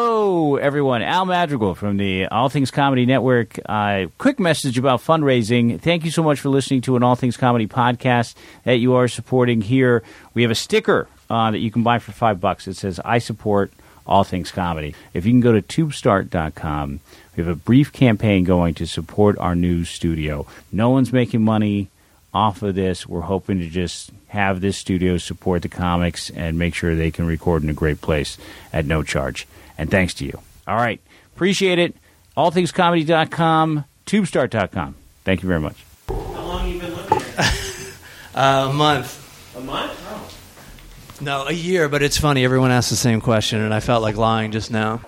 Hello, everyone. Al Madrigal from the All Things Comedy Network. Uh, quick message about fundraising. Thank you so much for listening to an All Things Comedy podcast that you are supporting here. We have a sticker uh, that you can buy for five bucks. It says, I support All Things Comedy. If you can go to tubestart.com, we have a brief campaign going to support our new studio. No one's making money off of this. We're hoping to just have this studio support the comics and make sure they can record in a great place at no charge. And thanks to you. All right. Appreciate it. AllThingsComedy.com, TubeStart.com. Thank you very much. How long you been looking at it? A month. A month? Oh. No, a year, but it's funny. Everyone asks the same question, and I felt like lying just now.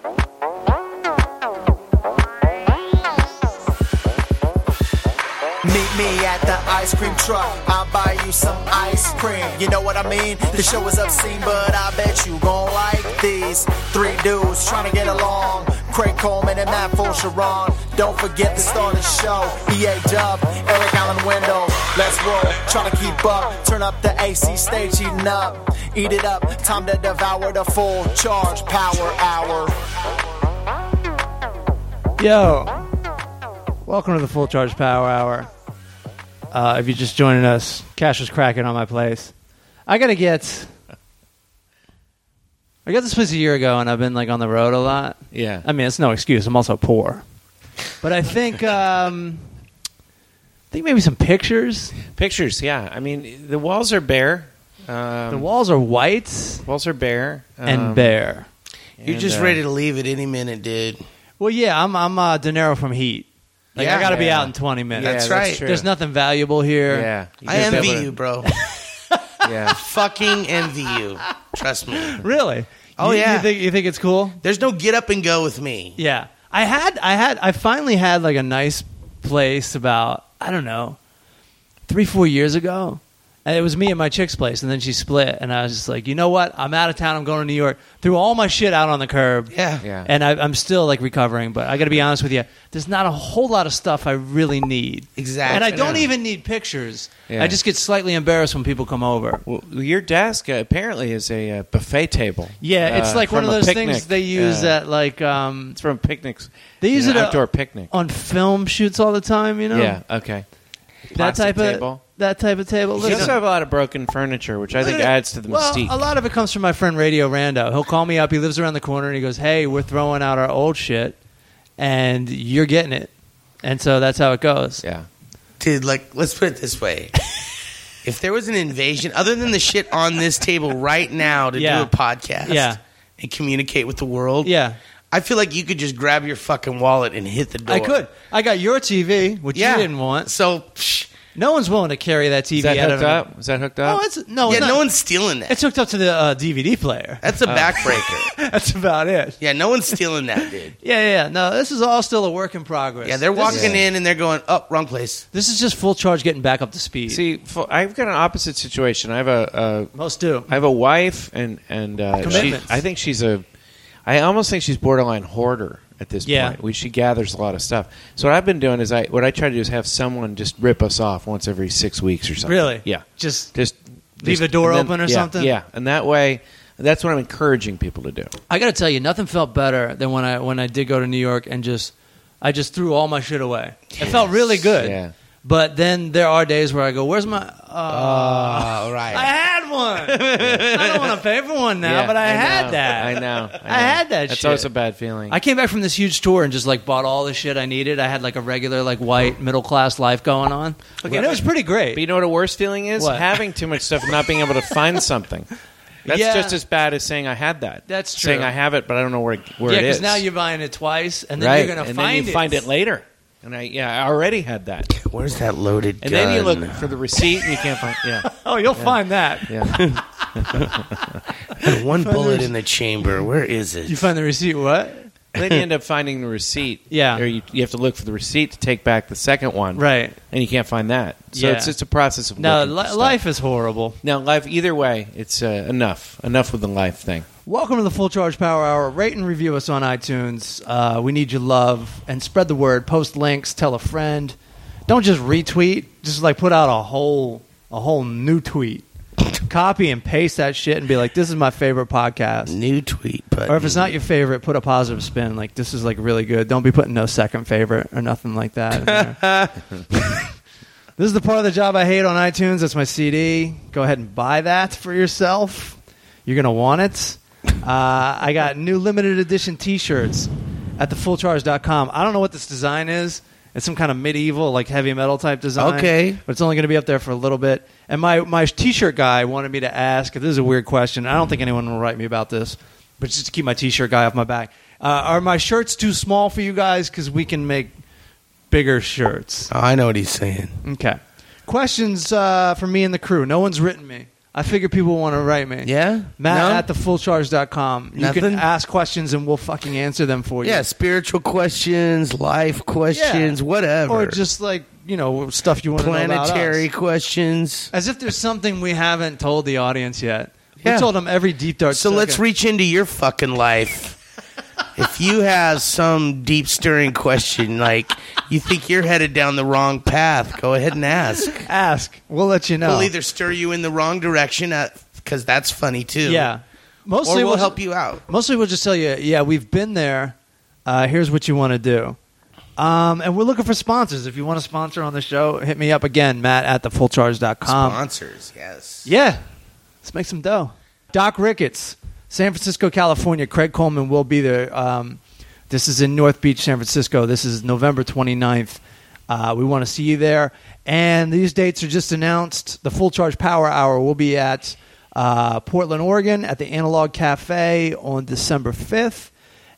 Meet me at the ice cream truck. I'll buy you some ice cream. You know what I mean? The show is obscene, but I bet you gon' like these three dudes trying to get along. Craig Coleman and Matt Sharon. Don't forget to start the show. EA Dub, Eric Allen Window. Let's roll. Trying to keep up. Turn up the AC stage, heating up. Eat it up. Time to devour the full charge power hour. Yo, welcome to the Full Charge Power Hour. Uh, if you're just joining us, cash was cracking on my place. I gotta get. I got this place a year ago, and I've been like on the road a lot. Yeah. I mean, it's no excuse. I'm also poor, but I think um, I think maybe some pictures. Pictures, yeah. I mean, the walls are bare. Um, The walls are white walls are bare and um, bare. You're just uh, ready to leave at any minute, dude. Well, yeah, I'm I'm uh, De Niro from Heat. Like I Yeah. gotta be Yeah. out in 20 minutes. Yeah, That's right. true. There's nothing valuable here. Yeah, You I just envy gotta- you, bro. Yeah, Fucking envy you. Trust me. Really? Oh, You- yeah. You think you think it's cool? There's no get up and go with me. Yeah. I had I had I finally had like a nice place about I don't know three four years ago, and it was me and my chick's place, and then she split, and I was just like, you know what? I'm out of town. I'm going to New York. Threw all my shit out on the curb. Yeah. Yeah. And I, I'm still like recovering, but I got to be honest with you. There's not a whole lot of stuff I really need. Exactly. And I don't even need pictures. Yeah. I just get slightly embarrassed when people come over. Well, your desk uh, apparently is a uh, buffet table. Yeah, it's uh, like one from of a those picnic. things they use Yeah. at like um, it's from picnics. They use you know, it at- outdoor picnic. on film shoots all the time. You know, Yeah. Okay. that Plastic type table. of that type of table. You also have a lot of broken furniture, which I think adds to the well, mystique. a lot of it comes from my friend Radio Rando. He'll call me up. He lives around the corner, and he goes, "Hey, we're throwing out our old shit, and you're getting it." And so that's how it goes. yeah. Dude, like, let's put it this way. if there was an invasion, other than the shit on this table right now to Yeah. do a podcast Yeah. and communicate with the world, Yeah. I feel like you could just grab your fucking wallet and hit the door. I could. I got your TV, which Yeah. you didn't want. So, psh, No one's willing to carry that TV Is that out hooked of. up? Is that hooked up? No, it's no. yeah, it's not. no one's stealing that. It's Uh. hooked up to the uh, DVD player. That's a backbreaker. That's about it. yeah, no one's stealing that, dude. Yeah, yeah, yeah. No, this is all still a work in progress. Yeah, they're This is- walking in and they're going, oh, wrong place. This is just full charge getting back up to speed. See, fu- I've got an opposite situation. I have a, a most do. I have a wife, and and uh, she, Commitments. I think she's a. I almost think she's borderline hoarder at this Yeah. point. We, she gathers a lot of stuff. So what I've been doing is I what I try to do is have someone just rip us off once every six weeks or something. Really? Yeah. Just- just leave just- the door and then- open or yeah, something? Yeah, and that way, that's what I'm encouraging people to do. I got to tell you, nothing felt better than when I when I did go to New York and just I just threw all my shit away. It felt really good. Yeah. But then there are days where I go, "Where's my? Uh, Oh, All right. I had one. I don't want to pay for one now, Yeah, but I, had know, that. I know. I, I had that That's shit. always a bad feeling. I came back from this huge tour and just like bought all the shit I needed. I had like a regular like white middle class life going on, and it was pretty great. but you know what a worse feeling is? What? Having too much stuff and not being able to find something. That's Yeah. just as bad as saying I had that. That's Saying true. I have it, but I don't know where where yeah, it is. now you're buying it twice, and then right, you're gonna and find then you it. find it later. And I yeah, I already had that. Where's that loaded And gun? then you look for the receipt and you can't find. Yeah, Oh, you'll find that. yeah. one bullet in the chamber. Where is it? You find the receipt. What? then you end up finding the receipt. Yeah. or you, you have to look for the receipt to take back the second one. Right. and you can't find that. So Yeah. it's just a process of No, looking for li- stuff. life is horrible. Now, life. Either way, it's uh, enough. Enough with the life thing. Welcome to the Full Charge Power Hour. Rate and review us on iTunes. Uh, we need your love and spread the word. Post links. Tell a friend. Don't just retweet. Just like put out a whole a whole new tweet. copy and paste that shit and be like, "This is my favorite podcast." New tweet, but Or if it's not your favorite, put a positive spin. Like this is like really good. Don't be putting no second favorite or nothing like that. in there. this is the part of the job I hate on iTunes. That's my CD. Go ahead and buy that for yourself. You're gonna want it. Uh, I got new limited edition T-shirts at thefullcharge.com. I don't know what this design is. It's some kind of medieval, like heavy metal type design. Okay. but it's only going to be up there for a little bit. And my my T-shirt guy wanted me to ask. This is a weird question. I don't think anyone will write me about this, but just to keep my T-shirt guy off my back. Uh, are my shirts too small for you guys? Because we can make bigger shirts. Oh, I know what he's saying. Okay. Questions uh, for me and the crew. No one's written me. I figure people want to write me. Yeah? Matt No? at thefullcharge.com. You can Nothing? ask questions and we'll fucking answer them for you. Yeah, spiritual questions, life Yeah. questions, whatever. Or just like, you know, stuff you want to know about us. planetary questions. As if there's something we haven't told the audience yet. Yeah. We told them every deep dark. So let's read. reach into your fucking life. if you have some deep stirring question, like you think you're headed down the wrong path, go ahead and ask. Ask. We'll let you know. We'll either stir you in the wrong direction, because that's funny too. Yeah. Or Mostly we'll we'll help you out. Mostly we'll just tell you, yeah, we've been there. Uh, here's what you want to do. Um, and we're looking for sponsors. If you want to sponsor on the show, hit me up again, matt at thefullcharge.com. Sponsors, yes. Yeah. Let's make some dough. Doc Ricketts, San Francisco, California. Craig Coleman will be there. Um, this is in North Beach, San Francisco. This is November 29th. Uh, we want to see you there. And these dates are just announced. The Full Charge Power Hour will be at uh, Portland, Oregon at the Analog Cafe on December 5th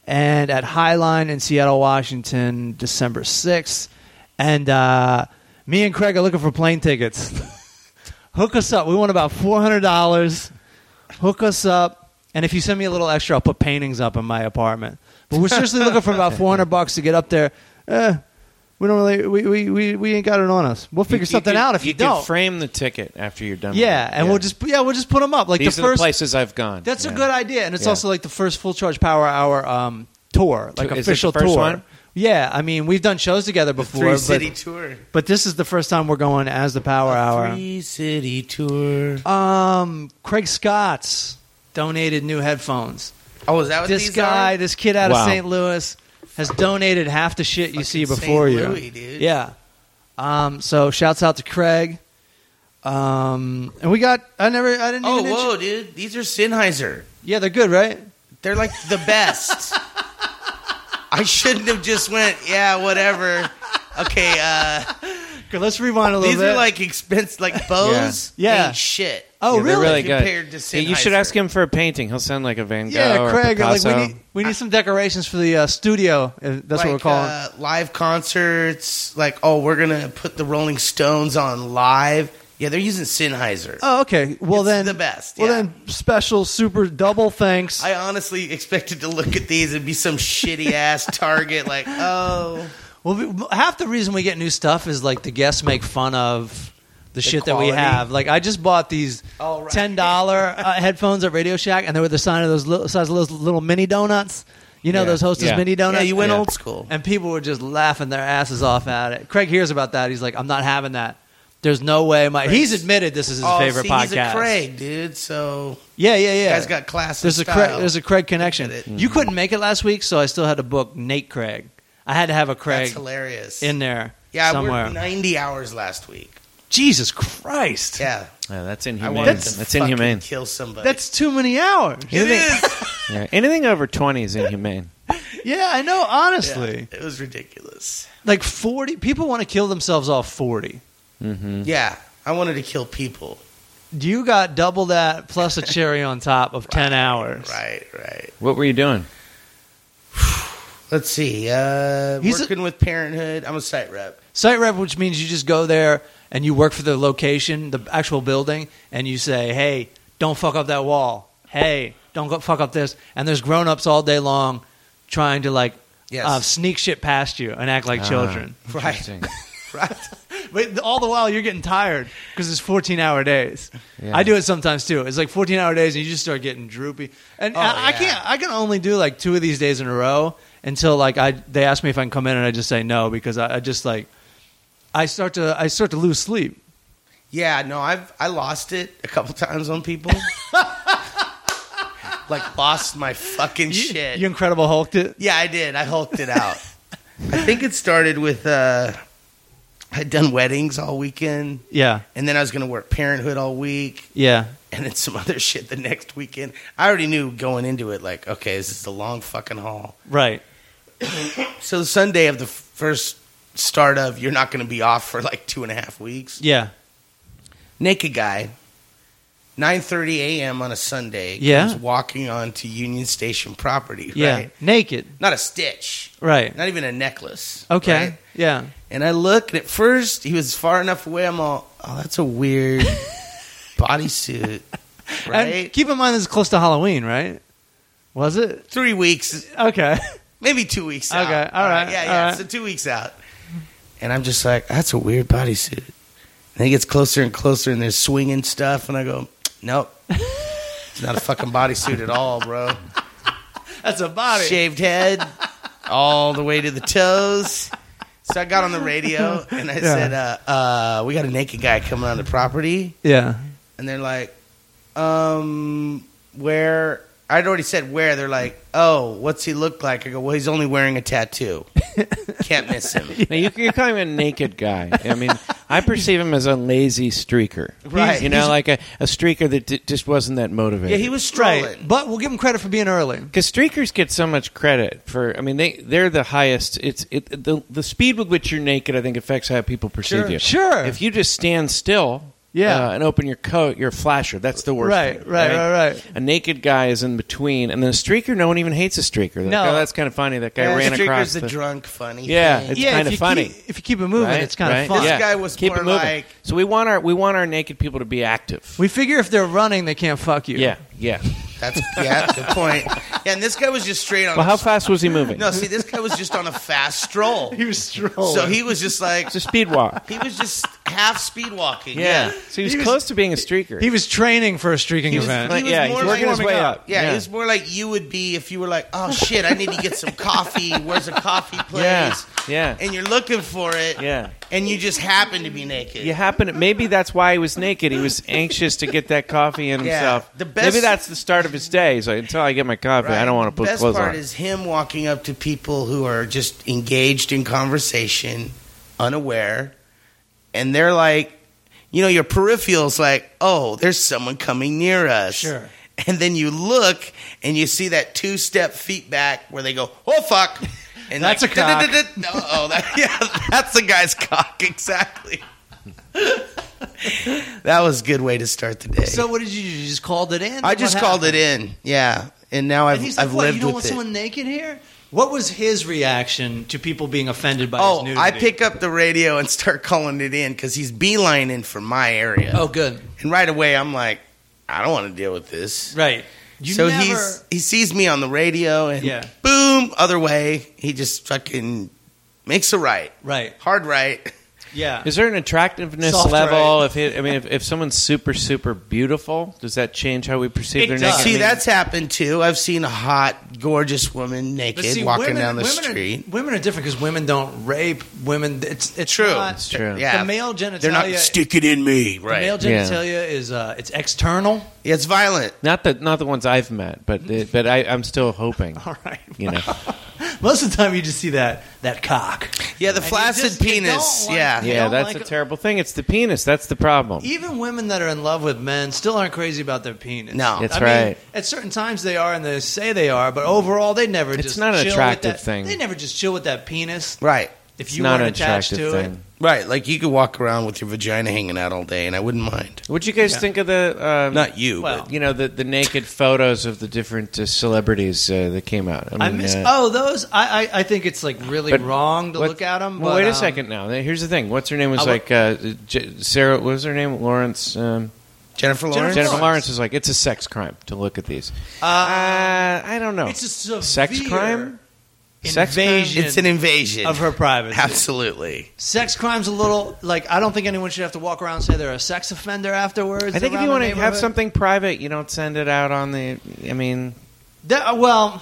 and at Highline in Seattle, Washington, December 6th. And uh, me and Craig are looking for plane tickets. hook us up. We want about four hundred dollars. Hook us up, and if you send me a little extra, I'll put paintings up in my apartment. But we're seriously looking for about four hundred bucks to get up there. Eh, we don't really. We, we, we, we ain't got it on us. We'll figure something can- out if you, can don't. frame the ticket after you're done. yeah, with it. and we'll just yeah we'll just put them up like These the are first. the places I've gone. that's a Yeah. good idea, and it's Yeah. also like the first full charge power hour um, tour, like Is it the official first tour. one? Yeah, I mean we've done shows together before, Three but, city tour. but this is the first time we're going as the power hour. Three city tour. Um, Craig Scott's donated new headphones. Oh, is that what This these guy, are? this kid out Wow. of St. Louis, has donated half the shit you see Fucking before St. you. Louis, dude. Yeah. Um, so shouts out to Craig. Um, and we got I never I didn't Oh, even intro- whoa, dude! These are Sennheiser. Yeah, they're good, right? They're like the best. I shouldn't have just went. Yeah, whatever. Okay, uh, Good, let's rewind a little these bit. are like expensive, like Bose. Yeah. ain't shit. Oh, Yeah, they're really? really good. Compared to Yeah, you should Sennheiser. ask him for a painting. He'll sound like a Van Gogh yeah, or a Craig, like we uh, Picasso. need we need some decorations for the uh, studio. uh, That's what we're Like, calling. uh, live concerts. Like, oh, we're gonna put the Rolling Stones on live. Yeah, they're using Sennheiser. oh, okay. Well it's then the best, Well yeah. then special super double thanks. I honestly expected to look at these and be some shitty ass Target. Like, oh, Well, we- half the reason we get new stuff is like the guests make fun of the, shit that we quality. have. Like I just bought these Oh, right. ten dollar uh, headphones at Radio Shack, and they were the sign of those little, size of those little mini donuts. You know Yeah. those Hostess Yeah. mini yeah, donuts. you went Yeah. old school. And people were just laughing their asses off at it. Craig hears about that. He's like, "I'm not having that." There's no way. My he's admitted this is his oh, favorite see, podcast. He's a Craig, dude. So Yeah, yeah, yeah. guy's got class and There's a style. Craig, there's a Craig connection. Get it. You couldn't make it last week, so I still had to book Nate Craig. I had to have a that's Craig hilarious. in there yeah, somewhere. we're ninety hours last week. Jesus Christ. Yeah, Yeah, that's I inhumane. wanted That's, to fucking inhumane. Kill somebody. That's too many hours. it is. Yeah, anything over twenty is inhumane. Yeah, I know, honestly. Yeah, it was ridiculous. Like 40 people want to kill themselves off 40. Mm. Yeah, I wanted to kill people. You got double that plus a cherry on top of 10 hours. Right, right. What were you doing? Let's see. Uh, He's a- working with Parenthood. I'm a site rep. Site rep, which means you just go there and you work for the location, the actual building, and you say, hey, don't fuck up that wall. Hey, don't go fuck up this. And there's grown ups all day long trying to like Yes. uh, sneak shit past you and act like children. Right, Interesting. right. But all the while you're getting tired because it's 14 hour days. Yeah. I do it sometimes too. It's like 14 hour days and you just start getting droopy. And Oh, I, I yeah. can't. I can only do like two of these days in a row until like I they ask me if I can come in and I just say no because I, I just like I start to I start to lose sleep. Yeah, no, I've I lost it a couple times on people. like lost my fucking shit. You Incredible Hulked it. Yeah, I did. I hulked it out. I think it started with uh, I'd done weddings all weekend, Yeah, and then I was going to work Parenthood all week, yeah. and then some other shit the next weekend. I already knew going into it, like, okay, this is a long fucking haul. Right. So the Sunday of the f- first start of, you're not going to be off for like two and a half weeks. Yeah. Naked guy, 9:30 a.m. on a Sunday, Yeah. comes walking onto Union Station property. Right? Yeah. Naked. not a stitch, Right. not even a necklace. Okay. right? Yeah. And I look, and at first he was far enough away. I'm all, oh, that's a weird bodysuit, right? And keep in mind this is close to Halloween, right? Was it? Three weeks, Okay. maybe two weeks out. Okay, all right, Yeah, all yeah, right. so two weeks out. And I'm just like, that's a weird bodysuit. And then it gets closer and closer, and there's swinging stuff, and I go, nope. It's not a fucking bodysuit at all, bro. That's a body. shaved head all the way to the toes. So I got on the radio and I said, uh, uh, "We got a naked guy coming on the property," Yeah. and they're like, "Um, where?" I'd already said where. They're like, "Oh, what's he look like?" I go, "Well, he's only wearing a tattoo. Can't miss him." Now you, you're calling him a naked guy. I mean, I perceive him as a lazy streaker. Right. You know, He's- like a, a streaker that d- just wasn't that motivated. Yeah, he was strolling. Right. But we'll give him credit for being early. because streakers get so much credit for i mean they they're the highest it's it the, the speed with which you're naked i think affects how people perceive Sure. you Sure. if you just stand still Yeah. uh, and open your coat you're a flasher that's the worst Right, thing, right, right, right. a naked guy is in between and then a streaker no one even hates a streaker They're like, No. oh, that's kind of funny that guy Yeah, ran streaker's across the, the, drunk funny. Yeah, thing. it's kinda if you funny. Keep, if you keep it moving, Right, it's kind right. of fun. Yeah. guy was Keep more it moving. like- so we want our we want our naked people to be active We figure if they're running, they can't fuck you. yeah yeah That's yeah, good point. Yeah, and this guy was just straight on. well how fast was he moving no, see, this guy was just on a fast stroll. He was strolling. So he was just like it's a speed walk He was just half speed walking. yeah, Yeah. so he was, He was- close to being a streaker he was training for a streaking He was, event. he was Yeah, he's more working like, his way up. Yeah, Yeah. he was more like you would be if you were like, oh shit, I need to get some coffee. Where's a coffee place? yeah yeah And you're looking for it. yeah And you just happen to be naked. You happen. Maybe that's why he was naked. He was anxious to get that coffee in Yeah. himself. The best- maybe that's the start of his day. So until I get my coffee, Right. I don't want to The put best clothes part on. is him walking up to people who are just engaged in conversation, unaware, and they're like, you know, your peripheral's like, oh, there's someone coming near us. Sure. And then you look and you see that two step feet back where they go, oh fuck. And That's like, a cock. Oh, that, yeah, that's a guy's cock exactly. that was a good way to start the day. So what did you do? You just called it in? I just called it in. Yeah. And now I've And he's like, I've what, lived you don't with want it. someone naked here? What was his reaction to people being offended by his oh, nudity? I pick up the radio and start calling it in because he's beelining for my area. Oh, good. And right away, I'm like, I don't want to deal with this. Right. You so never- he's he sees me on the radio and Yeah. boom, other way. He just fucking makes a right, Right. hard right. Yeah. Is there an attractiveness Soft, level? If it, I mean, if, if someone's super super beautiful, does that change how we perceive It their does. naked? I see, mean, that's happened too. I've seen a hot, gorgeous woman naked But see, walking women- down the women are- street. women are different because women don't rape women. It's it's True. Not, It's true. Yeah, The male genitalia. They're not stick it in me, the male right? Yeah. genitalia is uh, it's external. Yeah, it's violent. not the not the ones I've met, but the, but I, I'm still hoping. All right. You know, Most of the time, you just see that that cock. Yeah, the And you flaccid just- you penis. don't like- yeah, I yeah, don't that's like a it. terrible thing. It's the penis. That's the problem. Even women that are in love with men still aren't crazy about their penis. No. That's I mean, right. at certain times they are, and they say they are, but overall they never. It's just not an chill with attractive that- thing. They never just chill with that penis right. if It's you not weren't an attached attractive to thing. Right, like you could walk around with your vagina hanging out all day, and I wouldn't mind. What do you guys think of the? Um, Not you, Well, you know the, the naked photos of the different uh, celebrities uh, that came out. it. I mean, miss. uh, oh, those. I, I I think it's like really But wrong to What- look at them. Well, but, wait a um, second now. Here's the thing. What's her name was I wa- like uh, J- Sarah. What was her name? Lawrence. Um, but Jennifer Lawrence. Jennifer Lawrence was like, it's a sex crime to look at these. Uh, Uh, I don't know. it's a severe sex crime. Sex crime? invasion It's an invasion of her privacy. Absolutely. Sex crime's a little like I don't think anyone should have to walk around and say they're a sex offender afterwards. I think if around you the want to have neighborhood. something private, you don't send it out on the. I mean, That- uh, well,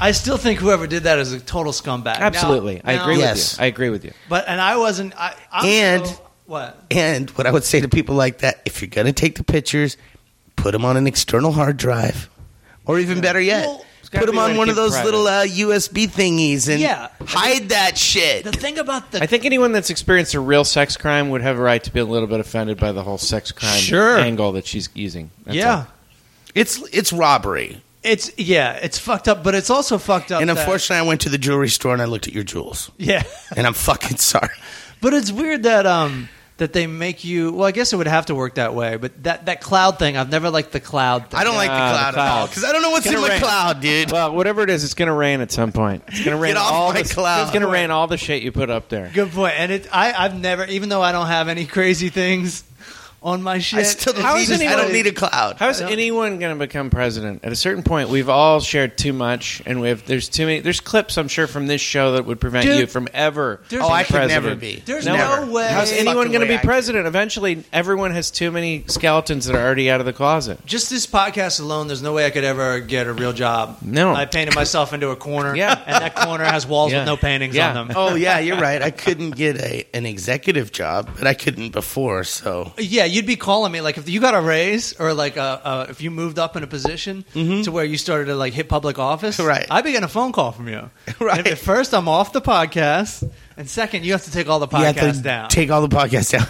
I still think whoever did that is a total scumbag. Now- absolutely. I now- agree Yes. with you. I agree with you. but and I wasn't. I, I'm And- so- What? And what I would say to people like that, if you're going to take the pictures, put them on an external hard drive. Or even better yet, Well, it's gotta put them be a way on to one of keep those private. little uh, USB thingies and Yeah. hide that shit. The thing about the I think anyone that's experienced a real sex crime would have a right to be a little bit offended by the whole sex crime Sure. angle that she's using. That's yeah, all. It's it's robbery. it's yeah, it's fucked up, but it's also fucked up. And that- unfortunately, I went to the jewelry store and I looked at your jewels. yeah, And I'm fucking sorry. but it's weird that um that they make you. Well, I guess it would have to work that way, but that that cloud thing, I've never liked the cloud. Thing. I don't like the Ah, the cloud, at all cloud. because I don't know what's in Gonna my rain. cloud, dude. Well, whatever it is, it's going to rain at some point. It's going to rain off all my the cloud. It's going to rain all the shit you put up there. Good point. And it, I I've never, even though I don't have any crazy things on my shit. I still don't, How need, is I anyone- don't need a cloud. How is anyone going to become president? At a certain point, we've all shared too much, and we have there's too many. There's clips, I'm sure, from this show that would prevent Dude, you from ever. there's- oh, being I could president. never be. There's Never. no way. How's anyone fucking going to way be I could. president? Eventually, everyone has too many skeletons that are already out of the closet. just this podcast alone, there's no way I could ever get a real job. No. I painted myself into a corner. Yeah. And that corner has walls Yeah. with no paintings Yeah. on them. Oh yeah, you're right. I couldn't get a an executive job, but I couldn't before. So Yeah, you'd be calling me like if you got a raise or like uh uh if you moved up in a position Mm-hmm. to where you started to like hit public office. Right. I'd be getting a phone call from you. Right. And if- first, I'm off the podcast, and second, you have to take all the You have podcasts to down. Take all the podcasts down.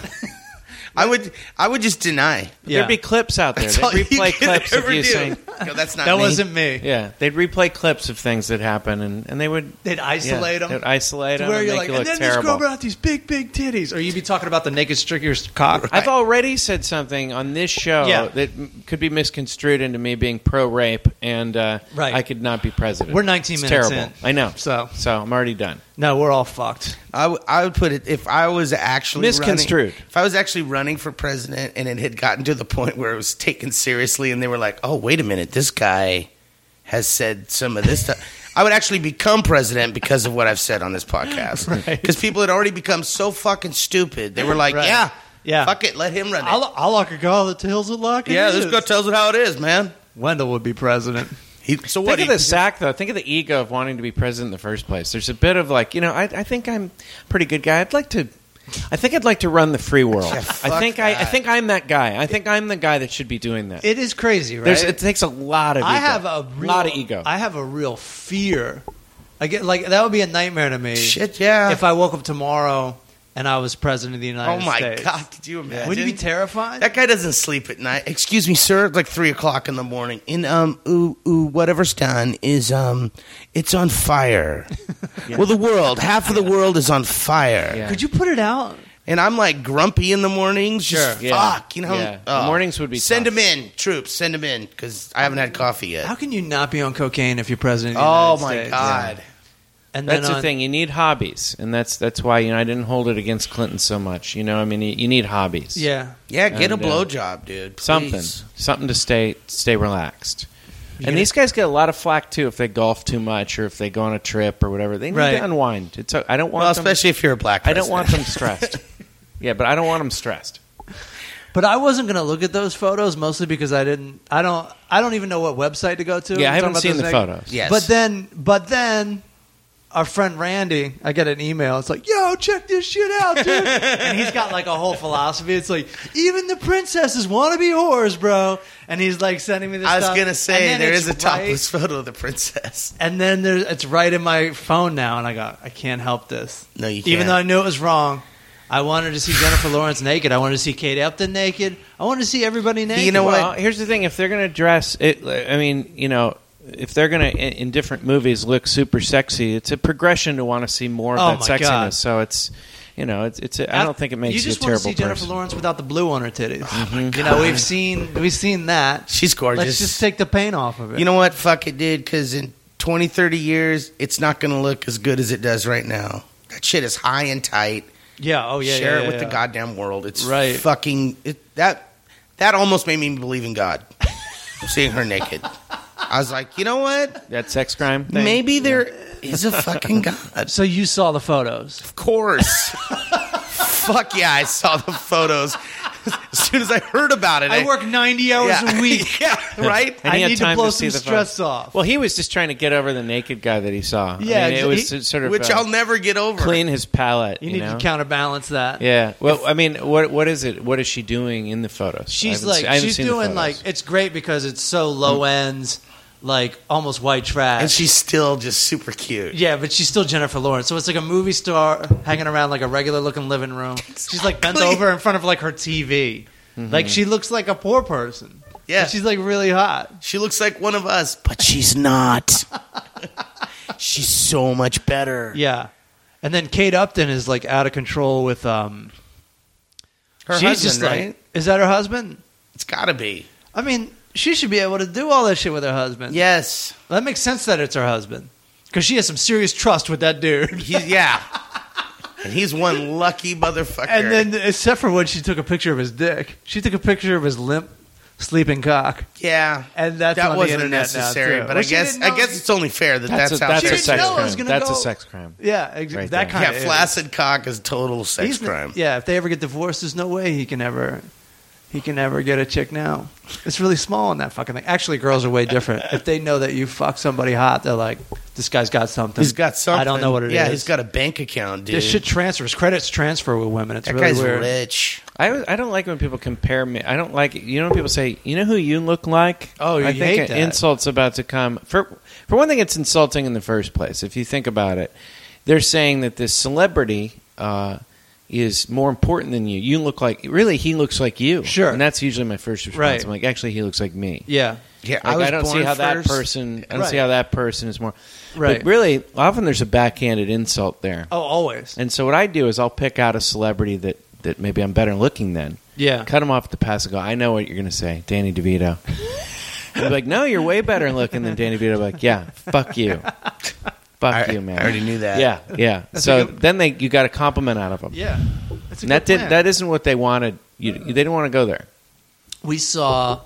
I would I would just deny. yeah. There'd be clips out there. That's They'd all you replay could clips of ever you do. saying. No, that's not that me. wasn't me. Yeah, they'd replay clips of things that happen, and, and they would They'd yeah, isolate them. They'd isolate to them. where and you're make like, you and look then this girl terrible. brought these big, big titties, or you'd be talking about the naked stricker's cock. I've already said something on this show Yeah. that m- could be misconstrued into me being pro rape, and uh, Right. I could not be president. We're 19 It's minutes terrible. in. I know. So- so I'm already done. No, we're all fucked. I, w- I would put it if I was actually running- Misconstrued. if I was actually running for president and it had gotten to the point where it was taken seriously and they were like, "Oh, wait a minute, this guy has said some of this stuff." I would actually become president because of what I've said on this podcast. Right. Because people had already become so fucking stupid. They were like, Right. "Yeah, Yeah. fuck it, let him run it." I'll, I'll lock a girl that tells it like it yeah, this is. girl tells it how it is, man. Wendell would be president. He, so Think what? of he- the sack, though. Think of the ego of wanting to be president in the first place. There's a bit of like, you know, I, I think I'm a pretty good guy. I'd like to. I think I'd like to run the free world. I fuck think I, I that. think I'm that guy. I think I'm the guy that should be doing that. It is crazy, right? There's, it takes a lot of. I ego. have a real, lot of ego. I have a real fear. I get like that would be a nightmare to me. Shit, yeah. If I woke up tomorrow and I was president of the oh United my States, god, could you imagine? would you be terrified? That guy doesn't sleep at night. Excuse me, sir. It's like three o'clock in the morning. In um, ooh, ooh, whatever's done is um, it's on fire. Well, the world, half of the world is on fire, Yeah. Could you put it out? and I'm like grumpy in the mornings. Just Sure. Yeah. fuck, you know. Oh. Yeah. The mornings would be Send tough. them in, troops. Send them in because I haven't had coffee yet. How can you not be on cocaine if you're president? Of the oh United States? my god. And That's then the on- thing. You need hobbies, and that's that's why you know I didn't hold it against Clinton so much. You know, I mean, you, you need hobbies. Yeah, Yeah, get And, a uh, blowjob, dude. something, Please. something to stay stay relaxed. get and these guys get a lot of flack too if they golf too much or if they go on a trip or whatever. They need Right. to unwind. It's a, I don't want Well, them, especially if you're a black. I don't president. want them stressed. yeah, but I don't want them stressed. But I wasn't going to look at those photos mostly because I didn't. I don't. I don't even know what website to go to. Yeah, I You're haven't talking seen about the those neg- photos. Yes, But then, but then, our friend Randy, I get an email. It's like, yo, check this shit out, dude. and he's got like a whole philosophy. It's like even the princesses want to be whores, bro. And he's like sending me this. I was stuff. gonna say And then there it's is a right- topless photo of the princess. and then there's, it's right in my phone now, and I got I can't help this. No, you Even can't. though I knew it was wrong, I wanted to see Jennifer Lawrence naked. I wanted to see Kate Upton naked. I wanted to see everybody naked. You know what? Well, here's the thing: if they're going to dress, it, I mean, you know, if they're going to in, in different movies look super sexy, it's a progression to want to see more of Oh that my sexiness. God. So it's, you know, it's it's. A, I don't think it makes you, you just a terrible want to see Jennifer person. Oh Lawrence without the blue on her titties. You know, we've seen we've seen that. She's gorgeous. Let's just take the paint off of it. You know what? Fuck it, dude. Because in 20, 30 years, it's not going to look as good as it does right now. That shit is high and tight. yeah. Oh yeah. Share yeah, it yeah, with the yeah. goddamn world. It's Right. fucking it, that. That almost made me believe in God. Seeing her naked, I was like, you know what? That sex crime. Thing. Maybe there is a fucking God. So you saw the photos. Of course. Fuck yeah! I saw the photos. soon as I heard about it. I work 90 hours Yeah. a week. Yeah, right? And I he had need to time blow see some the phone. stress off. Well, he was just trying to get over the naked guy that he saw. I Yeah, mean, it was he- sort of Which uh, I'll never get over. clean his palate. you You, need know? to counterbalance that. Yeah. Well, I mean, what what is it? What is she doing in the photos? She's like she's doing like it's great because it's so low ends, like almost white trash. And she's still just super cute. yeah, but she's still Jennifer Lawrence. So it's like a movie star hanging around like a regular looking living room. She's like bent Exactly. over in front of like her TV. Like she looks like a poor person. Yeah. But she's like really hot. She looks like one of us, but she's not. she's so much better. Yeah. And then Kate Upton is like out of control with um Her she's husband, just right? like is that her husband? It's gotta be. I mean, she should be able to do all that shit with her husband. Yes. That makes sense that it's her husband. Because she has some serious trust with that dude. He's yeah. and he's one lucky motherfucker. And then, except for when she took a picture of his dick, she took a picture of his limp, sleeping cock, yeah. and that's that on the wasn't internet necessary, now, too. but Well, I she guess didn't I know- guess it's only fair that that's that's, a, how that's She a didn't sex know it was crime. gonna That's a go- sex crime. yeah, ex- Right that there. kind yeah, of flaccid cock is total sex crime. Yeah, if they ever get divorced, there's no way he can ever, he can ever get a chick now. It's really small on that fucking thing. Actually, girls are way different. if they know that you fuck somebody hot, they're like, this guy's got something. He's got something. I don't know what it is. yeah, he's got a bank account, dude. This shit transfers. Credits transfer with women. It's that really guy's weird. rich. I, was- I don't like when people compare me. I don't like you know when people say you know who you look like. Oh, you I think hate an that. insult's about to come. For for one thing, it's insulting in the first place. If you think about it, they're saying that this celebrity uh, is more important than you. You look like really he looks like you. Sure. and that's usually my first response. Right. I'm like, actually, he looks like me. Yeah. Yeah, Like, I, was don't see born how that first. person. I don't see Right. how that person is more. Right. But really, often there's a backhanded insult there. Oh, always. And so what I do is I'll pick out a celebrity that that maybe I'm better looking than. Yeah. Cut him off at the pass and go, I know what you're going to say, Danny DeVito. And be like, no, you're way better looking than Danny DeVito. like, yeah, fuck you. Fuck I- you, man. I already knew that. Yeah, yeah. so then they you got a compliment out of them. Yeah. That's a And good that did, plan. that isn't what they wanted. You, they didn't want to go there. we saw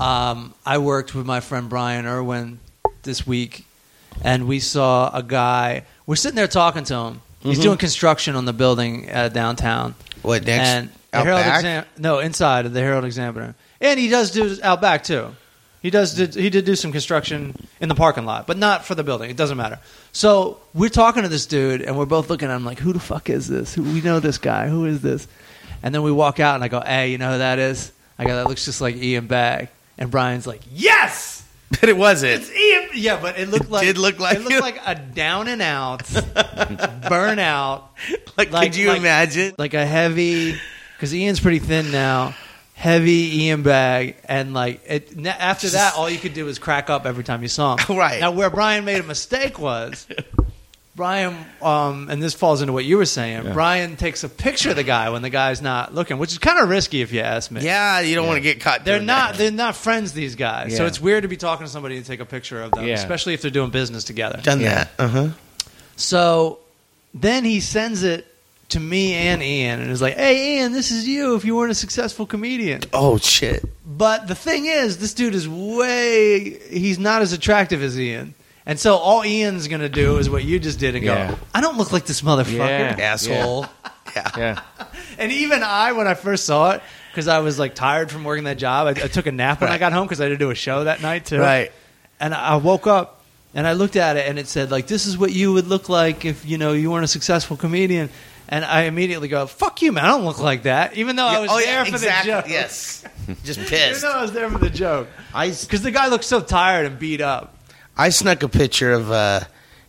um, i worked with my friend brian irwin this week and we saw a guy we're sitting there talking to him he's doing construction on the building uh, downtown What next? and the Out herald back? Exam- no inside of the herald examiner and he does do out back too he does did, he did do some construction in the parking lot but not for the building it doesn't matter so we're talking to this dude and we're both looking at him like who the fuck is this who, we know this guy who is this and then we walk out and i go hey you know who that is i go that looks just like ian bag and brian's like yes but it wasn't. it's ian yeah but it looked like did look like it looked you. like a down and out burnout Like, Like- could you like- imagine? like a heavy because Ian's pretty thin now. Heavy Ian bag, and like it, na- after that, all you could do was crack up every time you saw him. Right. now, where Brian made a mistake was Brian, um, and this falls into what you were saying. Brian takes a picture of the guy when the guy's not looking, which is kind of risky if you ask me. Yeah, you don't want to get caught. They're doing not. that. They're not friends. These guys. So Yeah. it's weird to be talking to somebody and take a picture of them, Yeah. especially if they're doing business together. done that. Uh huh. So then he sends it to me and Ian and is like, hey, Ian, this is you if you weren't a successful comedian. Oh shit. But the thing is, this dude is way, he's not as attractive as Ian. And so all Ian's going to do is what you just did and go, Yeah. I don't look like this motherfucker, Yeah. asshole. Yeah. And even I, when I first saw it, because I was like tired from working that job, I, I took a nap when I Right. got home because I had to do a show that night too Right. and I woke up and I looked at it and it said like this is what you would look like if you know you weren't a successful comedian and I immediately go fuck you man I don't look like that even though I was oh there yeah, for exactly. the joke Yes. Just even pissed. though I was there for the joke I because the guy looked so tired and beat up I snuck a picture of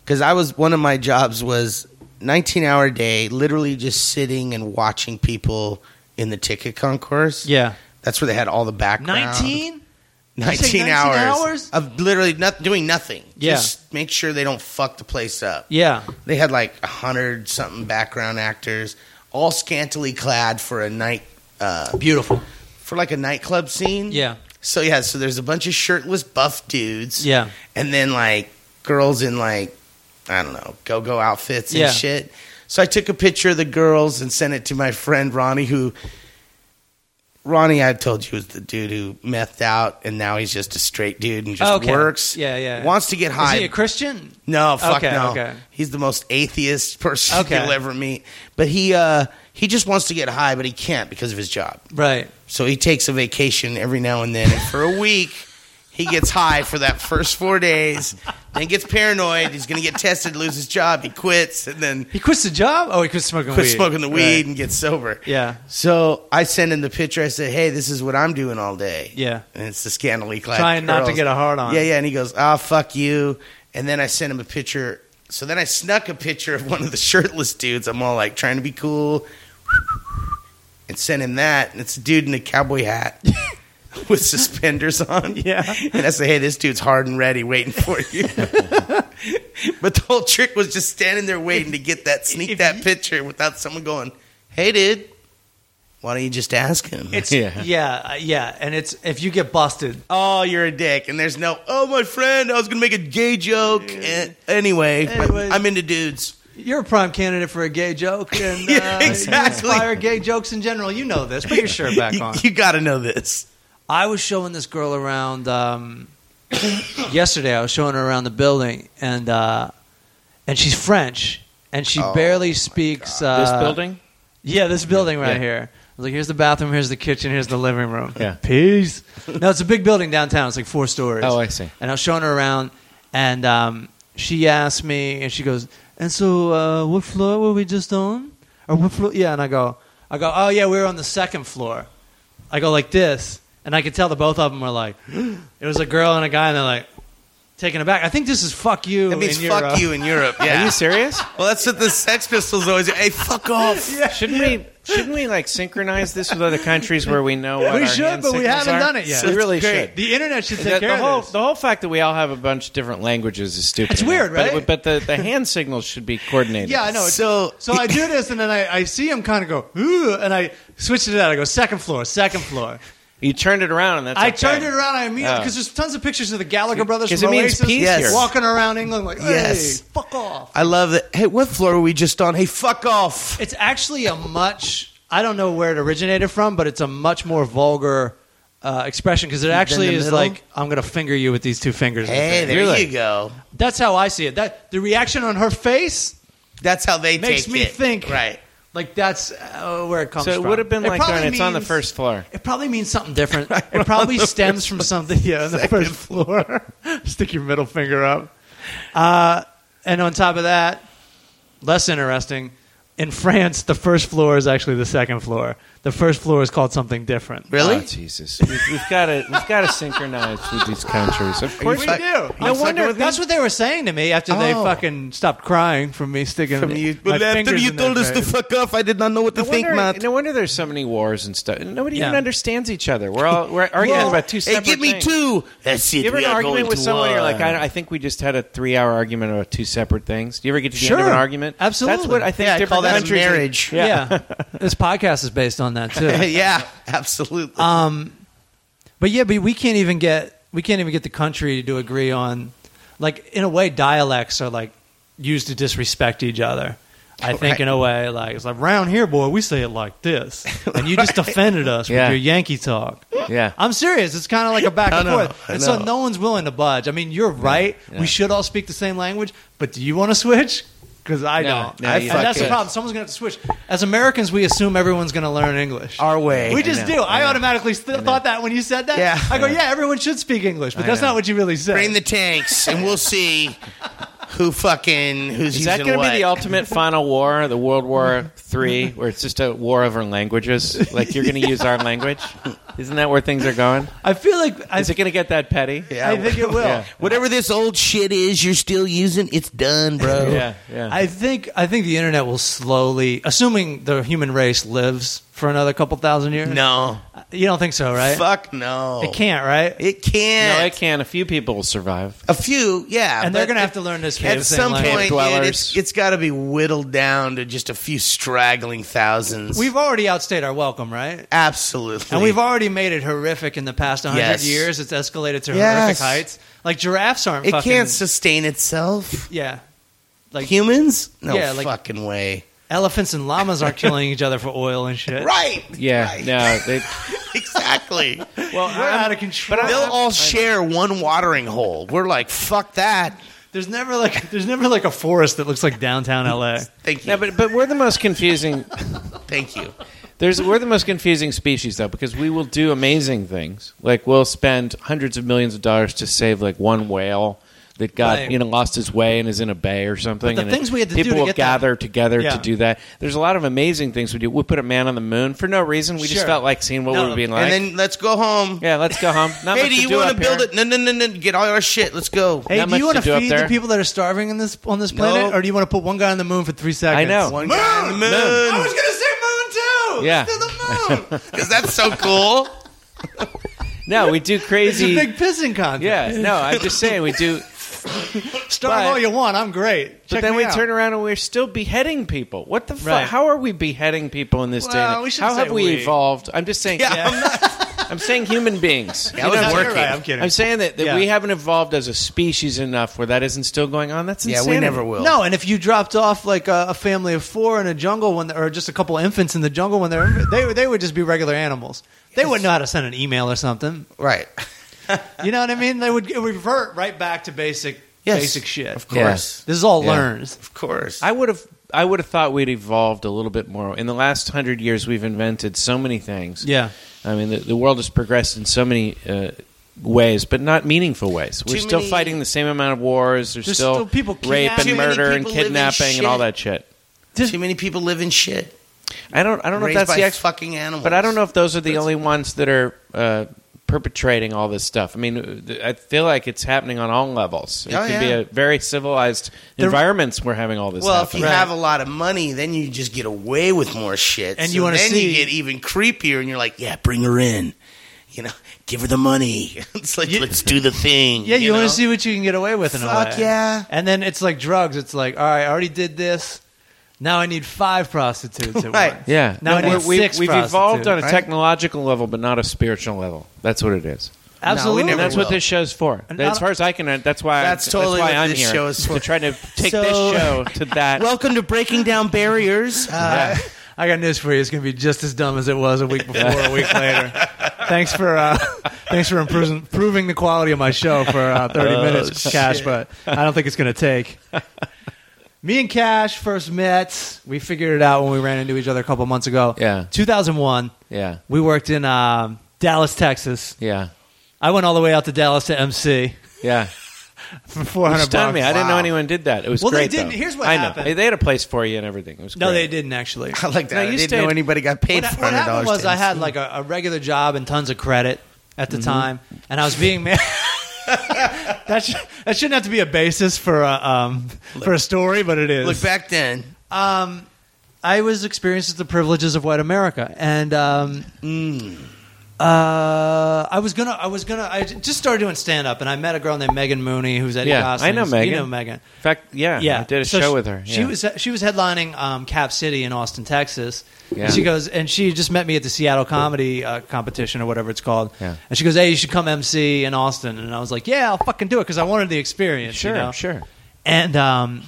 because I was one of my jobs was 19 hour day, literally just sitting and watching people in the ticket concourse. yeah That's where they had all the background. 19 you say 19 19 hours, hours? of literally not doing nothing. Yeah. Just make sure they don't fuck the place up. yeah They had like a hundred something background actors, all scantily clad for a night, uh, beautiful for like a nightclub scene. yeah So yeah, so there's a bunch of shirtless buff dudes. Yeah. And then like girls in like I don't know, go go outfits and Yeah. shit. So I took a picture of the girls and sent it to my friend Ronnie who Ronnie, I told you, was the dude who methed out, and now he's just a straight dude and just Okay. works. Yeah, yeah. Wants to get high. Is he a Christian? No, fuck Okay, no. okay. He's the most atheist person Okay. you'll ever meet. But he uh, he just wants to get high, but he can't because of his job. Right. So he takes a vacation every now and then, and for a week he gets high for that first four days. Then gets paranoid. He's going to get tested, lose his job, he quits, and then He quits the job? Oh, he quits smoking quit weed. smoking the weed Right. and gets sober. Yeah. So I sent him the picture. I said, "Hey, this is what I'm doing all day." Yeah. and it's the scantily clad Trying not to girls. get a hard on. Yeah, yeah. And he goes, "Ah, fuck you." And then I sent him a picture. So then I snuck a picture of one of the shirtless dudes. I'm all like trying to be cool, and sent him that. And it's a dude in a cowboy hat with suspenders on. Yeah. and I say, "Hey, this dude's hard and ready, waiting for you." But the whole trick was just standing there waiting to get that sneak if that you- picture without someone going, "Hey, dude, why don't you just ask him?" It's, Yeah. yeah. Yeah. uh, Yeah. And it's if you get busted. uh, oh, you're a dick, and there's no, oh, my friend, I was gonna make a gay joke. Eh, anyway, but Anyways. I'm into dudes. You're a prime candidate for a gay joke, and uh, Yeah, exactly. you inspire gay jokes in general. You know this, put your shirt back You, on. you got to know this. I was showing this girl around um, yesterday. I was showing her around the building, and uh, and she's French, and she Oh, barely speaks. Uh, this building? Yeah, this building right Yeah. here. I was like, here's the bathroom, here's the kitchen, here's the living room. Yeah. Peace. no, it's a big building downtown. It's like four stories. Oh, I see. And I was showing her around, and um, she asked me, and she goes, and so uh, what floor were we just on? Or what floor? Yeah, and I go, I go, oh yeah, we were on the second floor. I go like this, and I could tell the both of them were like, it was a girl and a guy, and they're like taken aback. I think this is fuck you. That means in uh, fuck Europe. you in Europe. Yeah. Are you serious? well, that's what the Sex Pistols always do. Hey, fuck off. Shouldn't we? Shouldn't we like synchronize this with other countries where we know what We our should, hand but we signals haven't are? done it yet. we really Great. should. The internet should take The, care the whole of this. the whole fact that we all have a bunch of different languages is stupid. It's weird, But it right? would- But, the, the hand signals should be coordinated. Yeah, I know. So- So, so I do this, and then I, I see him kind of go, ooh, and I switch it out. I go, second floor, second floor. you turned it around, and that's I okay. turned it around. I immediately, Oh. because there's tons of pictures of the Gallagher brothers 'Cause from it means Oasis peace Yes. here. walking around England like, hey, Yes. fuck off. I love that. Hey, what floor were we just on? Hey, fuck off. It's actually a much, I don't know where it originated from, but it's a much more vulgar uh, expression because it actually the is middle? like, I'm going to finger you with these two fingers. Hey, there Really? you go. That's how I see it. That The reaction on her face, That's how they Makes take me it. think. Right. like, that's uh, where it comes So from. it would have been like probably when it's on the means- first floor. It probably means something different. It probably stems from something. Yeah, on the first floor. Stick your middle finger up. Uh, and on top of that, less interesting. In France, the first floor is actually the second floor. The first floor is called something different. Really? Oh, Jesus, we've, we've got to we've got to synchronize with these countries. Of course, We fuck- do. you I fucking wonder. with That's what they were saying to me after they Oh. fucking stopped crying from me sticking From you, my but after fingers you in their told us to face. fuck off, I did not know what to No think, wonder, Matt. no wonder there's so many wars and stuff. Nobody even Yeah. understands each other. We're all we're arguing about two hey, separate give me things. two. Let's see. You ever we had an are argument going with to uh, someone? You're like, war. I, I think we just had a three-hour argument about two separate things. Do you ever get to the end of Sure. an argument? Absolutely. That's what I think. Yeah, I different call that a countries are- marriage. yeah. yeah, this podcast is based on that too. yeah, absolutely. Um, but yeah, but we can't even get we can't even get the country to agree on, like in a way, dialects are like used to disrespect each other. I think in a way, like it's like round here, boy, we say it like this, and you just offended us Yeah. with your Yankee talk. Yeah. I'm serious. It's kind of like a back and I know, forth, I and so know. no one's willing to budge. I mean, you're right. yeah. We should all speak the same language, but do you want to switch? Because I No, don't. no, and you don't. that's the problem. Someone's gonna have to switch. As Americans, we assume everyone's gonna learn English Our way. We I just know, do. I I, know. automatically st- thought that when you said that. Yeah. I go, yeah, everyone should speak English, but that's know. not what you really said. Bring the tanks, and we'll see who fucking who's Is that using going to what. be the ultimate final war, the World War Three, where it's just a war over languages? Like you're going to use our language? Isn't that where things are going? I feel like I, Is it going to get that petty? Yeah. I think it will. Yeah. Whatever this old shit is you're still using, it's done, bro. yeah, yeah. I think I think the internet will slowly, assuming the human race lives for another couple thousand years. No. you don't think so, right? Fuck no. It can't, right? It can't. no, I can. A few people will survive. A few, yeah. and they're but going to it- have to learn this. cave At thing some language. point, dude, dwellers. it's, it's got to be whittled down to just a few straggling thousands. we've already outstayed our welcome, right? absolutely, And we've already made it horrific in the past 100 Yes. years. It's escalated to Yes. horrific heights. Like giraffes aren't it fucking can't sustain itself. yeah. Like Humans? No Yeah, like- fucking way. elephants and llamas aren't killing each other for oil and shit. Right. Yeah, Right. no, they, exactly. Well, We're out of control. But I- They'll all share one watering hole. We're like, fuck that. There's never like there's never like a forest that looks like downtown LA. Thank you. No, but but we're the most confusing. Thank you. There's we're the most confusing species though because we will do amazing things. Like we'll spend hundreds of millions of dollars to save like one whale that got Right. you know lost his way and is in a bay or something. the and things we had to do people to will get that- gather together Yeah. to do that. There's a lot of amazing things we do. We put a man on the moon for no reason. We just Sure. felt like seeing what No, would have been like. And then let's go home. yeah, let's go home. Not Hey, much do to you do want up to build here. it? No, no, no, no. Get all our shit. Let's go. Hey, Not do you want much to to do up feed there. the people that are starving on this on this planet, No. or do you want to put one guy on the moon for three seconds? I know. One guy on the Moon. moon. I was gonna say moon too. Yeah. Let's do the moon because that's so cool. No, we do It's a crazy. big pissing contest. yeah, no, I'm just saying we do. starve but- all you want. I'm great. But Check then me we out. turn around and we're still beheading people. What the fuck? Right. How are we beheading people in this day? and Well, age? we shouldn't How say have we, we. evolved? I'm just saying. Yeah, I'm not- I'm saying human beings. I was you're working. right. I'm kidding. I'm saying that, that Yeah. we haven't evolved as a species enough where that isn't still going on. That's yeah, insanity. we never will. No, and if you dropped off like a, a family of four in a jungle when, or just a couple infants in the jungle when they're inf- they would- they would just be regular animals. They wouldn't know how to send an email or something. right. You know what I mean? They would it would revert right back to basic Yes. basic shit. Of course. This is all Yeah. learned. Of course. I would have. I would have thought we'd evolved a little bit more. In the last hundred years, we've invented so many things. Yeah. I mean, the, the world has progressed in so many uh, ways, but not meaningful ways. We're Too still many- fighting the same amount of wars. There's, There's still still, people kidnapping. rape and Too many murder and people live in kidnapping and all that shit. Too many people live in shit. I don't. I don't know if Raised that's by the ex fucking animals. But I don't know if those are the only ones that are uh, perpetrating all this stuff. I mean, th- I feel like it's happening on all levels. It Oh, could yeah. be a very civilized environments we're having all this. Well, if happen. you have a lot of money, then you just get away with more shit. And So you wanna then see- you get even creepier, and you're like, yeah, bring her in. You know, give her the money. it's like let's do the thing. Yeah, you, want know? to see what you can get away with in a way. Fuck yeah. And then it's like drugs. It's like, all right, I already did this. Now I need five prostitutes. At Right. once. yeah, Now I No, need we, six we've prostitutes. evolved on a right? technological level, but not a spiritual level. That's what it is. Absolutely. No, we And never that's will. what this show's for. And as I- far as I can, uh, that's why. That's totally that's why what I'm this here. show is for. To try to take So- this show to that. Welcome to breaking down barriers. Uh, I got news for you. It's going to be just as dumb as it was a week before, a week later. Thanks for uh, thanks for improving, improving the quality of my show for uh, 30 Oh, minutes, Cash, but I don't think it's going to take. Me and Cash first met. We figured it out when we ran into each other a couple months ago. Yeah. 2001. yeah, We worked in um, Dallas, Texas. yeah, I went all the way out to Dallas to MC yeah. for 400 Stunned bucks. me. I didn't know Wow. anyone did that. It was Well, they great. didn't. though. Here's what I Know. happened. They had a place for you and everything. It was no, great. they didn't actually. I like that. No, I you didn't stayed- know anybody got paid what, for what hundred happened dollars. was I had like a, a regular job and tons of credit at Mm-hmm. the time, and I was being married. that, sh- that shouldn't have to be a basis for a um, for a story, but it is. look back then. Um, I was experiencing the privileges of white America, and um, Mm. uh, I was gonna, I was gonna, I j- just started doing stand up, and I met a girl named Megan Mooney, who's Eddie Yeah, I Gosling's- know You Megan. know Megan. In fact, yeah, I did a So show she- with her. She yeah. was she was headlining um, Cap City in Austin, Texas. Yeah. And she goes, and she just met me at the Seattle comedy uh, competition or whatever it's called. Yeah. And she goes, "Hey, you should come MC in Austin." And I was like, "Yeah, I'll fucking do it because I wanted the experience." you sure, know? sure. And um,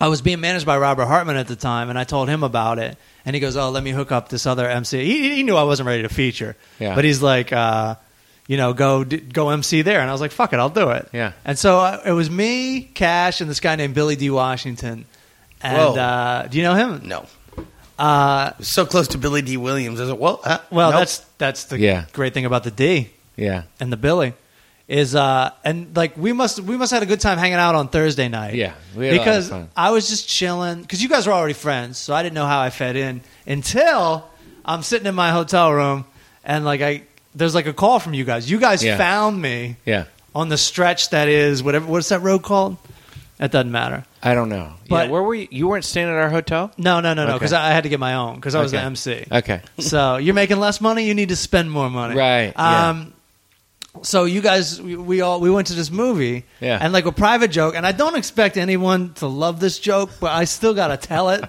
I was being managed by Robert Hartman at the time, and I told him about it. And he goes, "Oh, let me hook up this other MC." He, he knew I wasn't ready to feature, Yeah. but he's like, uh, "You know, go d- go MC there." And I was like, "Fuck it, I'll do it." Yeah. And so uh, it was me, Cash, and this guy named Billy D. Washington. And Whoa. uh, do you know him? no. Uh, It was so close to Billy D. Williams. I was like, well, uh, well, nope. that's that's the Yeah. great thing about the D. Yeah, and the Billy is uh and like we must we must have had a good time hanging out on Thursday night. Yeah, we had a lot of because fun. I was just chilling because you guys were already friends, so I didn't know how I fed in until I'm sitting in my hotel room and like I there's like a call from you guys. You guys Yeah. found me yeah. on the stretch that is whatever what's that road called? That doesn't matter. I don't know. But- yeah, where were you? You weren't staying at our hotel. No, no, no, no, Okay. because I, I had to get my own because I was Okay. the MC. Okay. So you're making less money. You need to spend more money, Right, yeah. Um, so you guys, we, we all we went to this movie, Yeah. and like a private joke, and I don't expect anyone to love this joke, but I still gotta tell it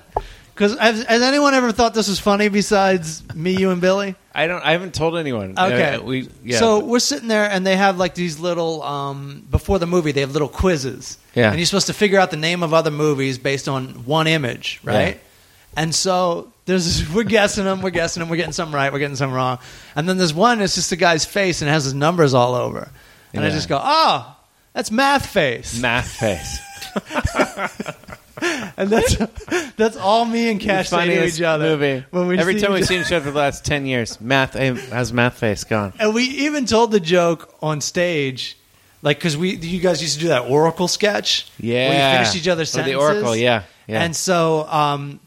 because has, has anyone ever thought this was funny besides me, you, and Billy? I don't. I haven't told anyone. Okay, Uh, we. Yeah. So we're sitting there, and they have like these little um, before the movie, they have little quizzes, Yeah. and you're supposed to figure out the name of other movies based on one image, right? Yeah. And so There's this, we're guessing them, we're guessing them, we're getting some right, we're getting some wrong, and then there's one. It's just the guy's face and it has his numbers all over, and I Yeah. just go, oh, that's math face, Math face. and that's that's all me and Cash say to Funniest each other. movie. When we Every see time each we've seen each other for the last ten years, math hey, how's math face gone? And we even told the joke on stage, like because we you guys used to do that Oracle sketch. Yeah. where you finish each other's Oh, the sentences. Oracle, yeah, yeah. And so um,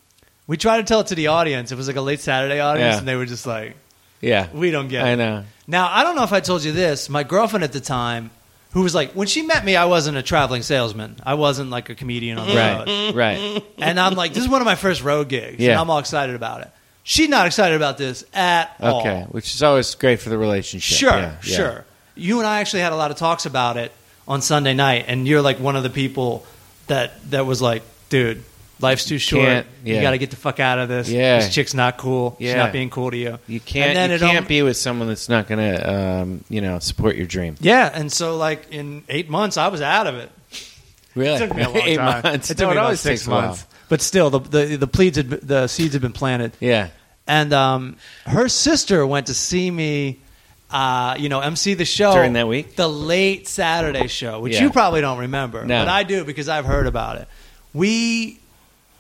we tried to tell it to the audience. It was like a late Saturday audience, Yeah. and they were just like, Yeah, "We don't get." I it. know. Now I don't know if I told you this. My girlfriend at the time, who was like, when she met me, I wasn't a traveling salesman. I wasn't like a comedian on the road Right, right. and I'm like, this is one of my first road gigs, and Yeah. I'm all excited about it. She's not excited about this at all. Okay, which is always great for the relationship. Sure, Yeah, yeah. sure. You and I actually had a lot of talks about it on Sunday night, and you're like one of the people that that was like, dude, life's too short. Can't- yeah. You got to get the fuck out of this. Yeah. This chick's not cool. She's Yeah. not being cool to you. You can't. And then you it can't al- be with someone that's not going to, um, you know, support your dream. Yeah, and so like in eight months, I was out of it. Really, It took me a long eight time. months. It took No, me about always six takes a while. months. But still, the the the, pleads had, been- the seeds had been planted. Yeah, and um, her sister went to see me. Uh, you know, MC the show During that week? the late Saturday show, which Yeah. you probably don't remember, No. but I do because I've heard about it. We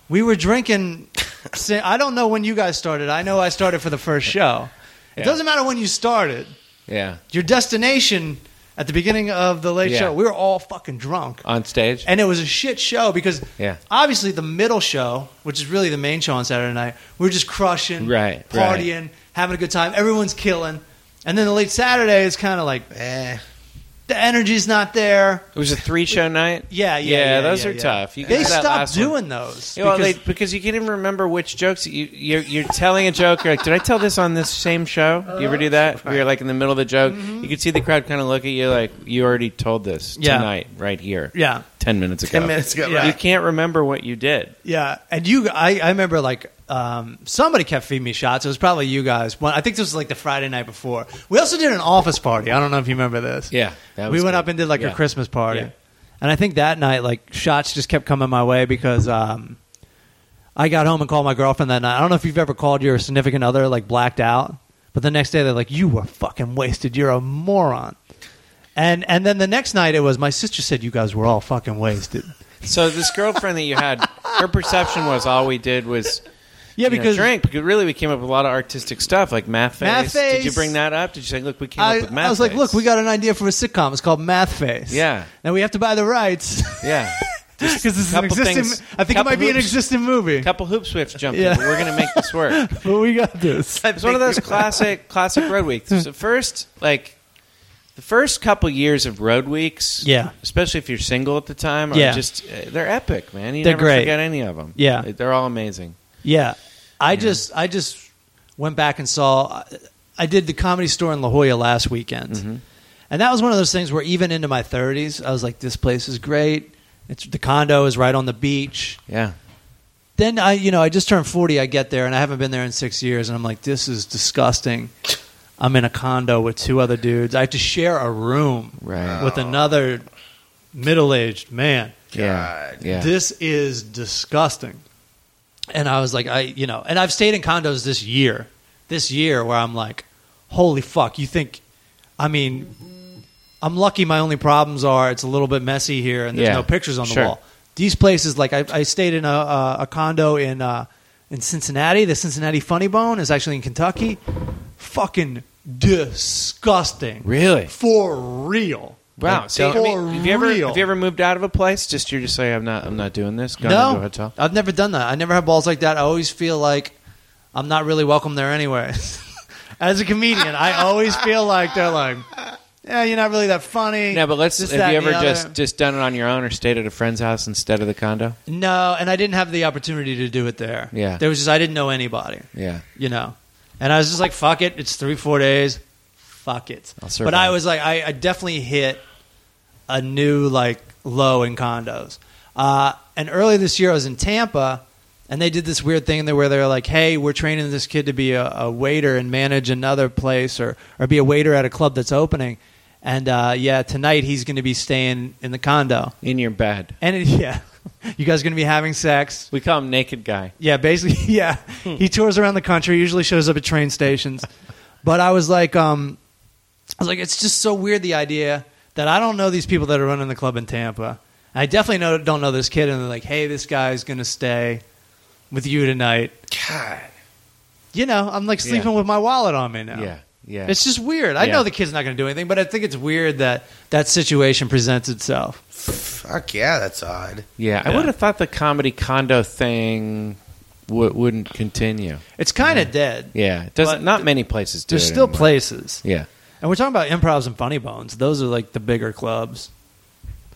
we were drinking. si- I don't know when you guys started. I know I started for the first show. It Yeah. doesn't matter when you started. yeah. Your destination at the beginning of the late Yeah. show, we were all fucking drunk. On stage. And it was a shit show because Yeah. obviously the middle show, which is really the main show on Saturday night, we are just crushing, Right, right. partying, having a good time. Everyone's killing. And then the late Saturday is kind of like Eh. the energy's not there. it was a three-show night. Yeah, yeah, Yeah, yeah, those yeah, are yeah. tough. You they got that stopped last one. doing those. Yeah, well, because- they, because you can't even remember which jokes you you're, you're telling a joke. You're like, did I tell this on this same show? you ever do that? Where You're like in the middle of the joke. You could see the crowd kind of look at you like you already told this Mm-hmm. Yeah. tonight, right here, yeah, ten minutes ago. 10 minutes ago, You right. can't remember what you did. yeah. And you, I, I remember like um, somebody kept feeding me shots. It was probably you guys. One, I think this was like the Friday night before. We also did an office party. I don't know if you remember this. Yeah, that we was went good. up and did like Yeah. a Christmas party, Yeah. and I think that night like shots just kept coming my way because um, I got home and called my girlfriend that night. I don't know if you've ever called your significant other like blacked out, but the next day they're like, "You were fucking wasted. You're a moron." And and then the next night it was my sister said you guys were all fucking wasted. So this girlfriend that you had, her perception was all we did was Yeah, you know, because drink. Because really, we came up with a lot of artistic stuff like math face. Math Did you Face. bring that up? Did you say, look, we came I, up with math? I was like, Face. look, we got an idea for a sitcom. It's called Math Face. Yeah. and we have to buy the rights yeah. because this is an couple existing. things- I think it couple might be an hoops- existing movie. Couple hoops we have to jump Yeah. through. but We're going to make this work. but we got this. It's one of those classic classic road weeks. The first like the first couple years of road weeks, Yeah. especially if you're single at the time, are Yeah. just uh, they're epic, man. You They're never great. forget any of them. Yeah. they're all amazing. Yeah, I just I just went back and saw. I did the comedy store in La Jolla last weekend, Mm-hmm. and that was one of those things where even into my thirties, I was like, "This place is great. It's the condo is right on the beach." Yeah, Then I, you know, I just turned forty. I get there, and I haven't been there in six years, and I'm like, "This is disgusting." I'm in a condo with two other dudes. I have to share a room Right. with another middle-aged man yeah, yeah. this is disgusting and i was like i you know and i've stayed in condos this year this year where i'm like holy fuck you think i mean i'm lucky my only problems are it's a little bit messy here and there's Yeah. no pictures on the Sure. wall these places like i, I stayed in a, a, a condo in uh, in cincinnati the cincinnati funny bone is actually in kentucky fucking disgusting Really? for real Wow. Like, See, I for mean, have you ever real. have you ever moved out of a place? Just you're just like I'm not I'm not doing this. Gone into a hotel. I've never done that. I never had balls like that. I always feel like I'm not really welcome there anyway. As a comedian, I always feel like they're like, yeah, you're not really that funny. No, but let's. This, have that, you and ever the other. just just done it on your own or stayed at a friend's house instead of the condo? no? And I didn't have the opportunity to do it there. Yeah. there was just I didn't know anybody. Yeah. you know. And I was just like, fuck it. It's three, four days. Fuck it. I'll survive. But I was like, I, I definitely hit a new like low in condos. Uh, and earlier this year, I was in Tampa, and they did this weird thing there where they were like, hey, we're training this kid to be a, a waiter and manage another place or, or be a waiter at a club that's opening. And uh, yeah, tonight he's going to be staying in the condo. In your bed. And it, yeah, you guys going to be having sex. We call him Naked Guy. Yeah, basically, yeah. Hmm. He tours around the country, usually shows up at train stations. but I was like, um, I was like, it's just so weird the idea that I don't know these people that are running the club in Tampa. I definitely know, don't know this kid, and they're like, hey, this guy's going to stay with you tonight. God. You know, I'm like sleeping with my wallet on me now. Yeah, yeah. It's just weird. I Yeah. know the kid's not going to do anything, but I think it's weird that that situation presents itself. Fuck yeah, that's odd. yeah, I Yeah. would have thought the comedy condo thing w- wouldn't continue. It's kind of dead. Yeah, it doesn't. But not many places do. There's it still anymore. places. Yeah, And we're talking about improvs and funny bones. Those are like the bigger clubs.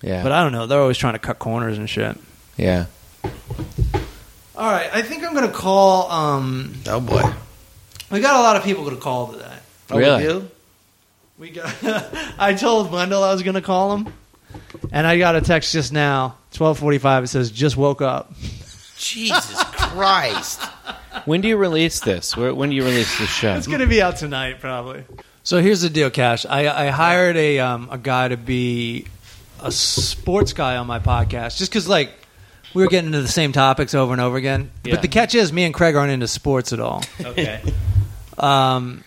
yeah, But I don't know. They're always trying to cut corners and shit. yeah. All right. I think I'm going to call. Um, Oh boy. we got a lot of people to call today. Oh, we Really? do? We got. I told Wendell I was going to call him, and I got a text just now, 12:45. It says just woke up. Jesus Christ. When do you release this? Where- When do you release this show? It's going to be out tonight, probably. So here's the deal, Cash. I, I hired a um, a guy to be a sports guy on my podcast, just because like we were getting into the same topics over and over again. Yeah. But the catch is, me and Craig aren't into sports at all. Okay. Um,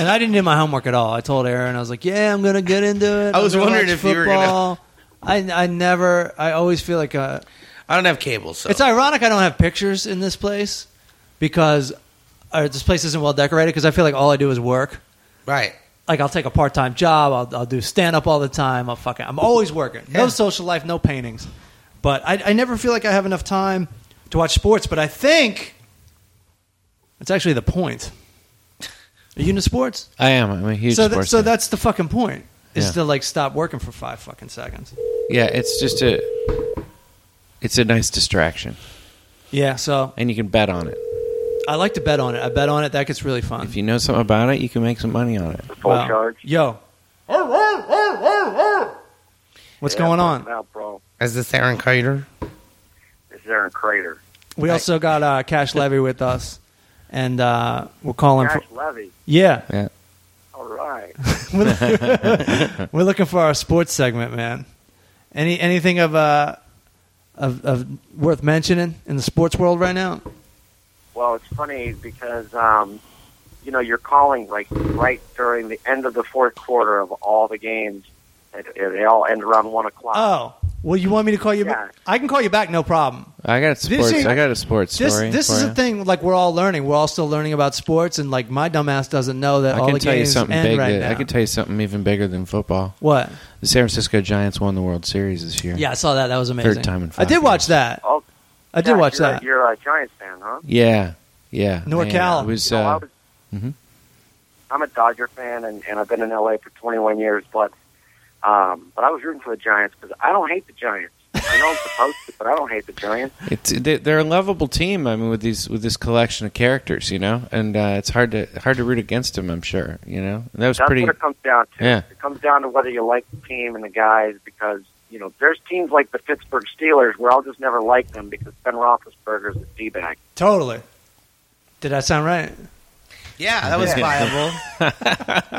and I didn't do my homework at all. I told Aaron, I was like, "Yeah, I'm gonna get into it." I was I'm gonna wondering watch if you were football." I I never. I always feel like uh I don't have cable, so It's ironic I don't have pictures in this place because or this place isn't well decorated because I feel like all I do is work. right. Like I'll take a part time job. I'll I'll do stand up all the time. I'll fucking. I'm always working. No Yeah. social life. No paintings. But I I never feel like I have enough time to watch sports. But I think it's actually the point. Are you into sports? I am. I'm a huge so, tha- sports. so fan. that's the fucking point is Yeah. to like stop working for five fucking seconds yeah, it's just a. It's a nice distraction, yeah so and you can bet on it. i like to bet on it i bet on it that gets really fun If you know something about it, you can make some money on it. Full Wow. charge. yo what's going on Now, bro, As the Theron Carter. this is Aaron Crater. we also got uh, cash levy with us and uh, we're calling Cash for Levy. yeah All right. we're looking for our sports segment man any anything of uh of, of worth mentioning in the sports world right now Well, it's funny because um, you know you're calling like right during the end of the fourth quarter of all the games. And, and they all end around one o'clock. oh well you want me to call you Yeah. back i can call you back no problem I got sports. is- I got a sports This story. this for is you. a thing like we're all learning. We're all still learning about sports, and like my dumbass doesn't know that I all can the tell you games something end big. right that- now. I can tell you something even bigger than football. what? The San Francisco Giants won the World Series this year. Yeah, I saw that. That was amazing. time in five I did watch years. that. Oh, I did Cash, watch you're, that. A, you're a Giants fan, huh? yeah, yeah. NorCal. Man, it was, You know, I uh, was, Mm-hmm. mhm. I'm a Dodger fan, and, and I've been in LA for 21 years, but um, but I was rooting for the Giants because I don't hate the Giants. I know I'm supposed to, but I don't hate the Giants. It's they- they're a lovable team. I mean, with these with this collection of characters, you know, and uh, it's hard to hard to root against them. I'm sure, you know. And that was That's pretty. what it comes down to. Yeah. It comes down to whether you like the team and the guys because you know there's teams like the Pittsburgh Steelers where I'll just never like them because Ben Roethlisberger's a d-bag. Totally. Did that sound right? Yeah, that was viable.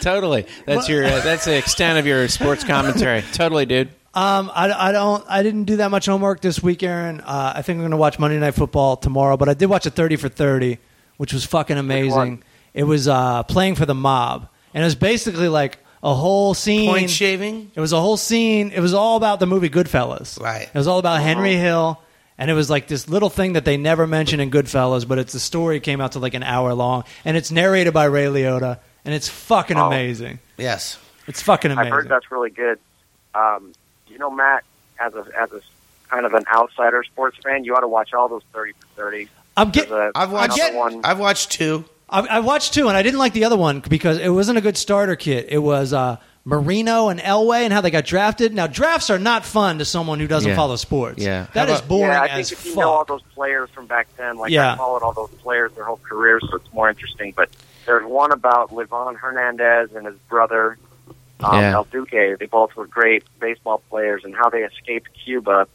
totally. That's your. Uh, that's the extent of your sports commentary. totally, dude. Um, I, I don't. I didn't do that much homework this week, Aaron. Uh, I think I'm going to watch Monday Night Football tomorrow, but I did watch a 30 for 30, which was fucking amazing. one? It was uh, playing for the mob, and it was basically like a whole scene. Point shaving? It was a whole scene. It was all about the movie Goodfellas. Right. It was all about Uh-huh. Henry Hill, and it was like this little thing that they never mention in Goodfellas, but it's the story came out to like an hour long, and it's narrated by Ray Liotta, and it's fucking Wow. amazing. Yes. It's fucking amazing. Oh. I've heard that's really good. Um, you know, Matt, as a as a kind of an outsider sports fan, you ought to watch all those 30 for 30. I'm get, There's a- I've watched another one. I've watched two. I, I watched two, and I didn't like the other one because it wasn't a good starter kit. It was uh, Marino and Elway and how they got drafted. Now, drafts are not fun to someone who doesn't Yeah. follow sports. Yeah. that How is about- boring yeah, I as think if you fuck. know all those players from back then, like Yeah. I followed all those players their whole career, so it's more interesting. But there's one about Levon Hernandez and his brother um, Yeah. El Duque. They both were great baseball players, and how they escaped Cuba.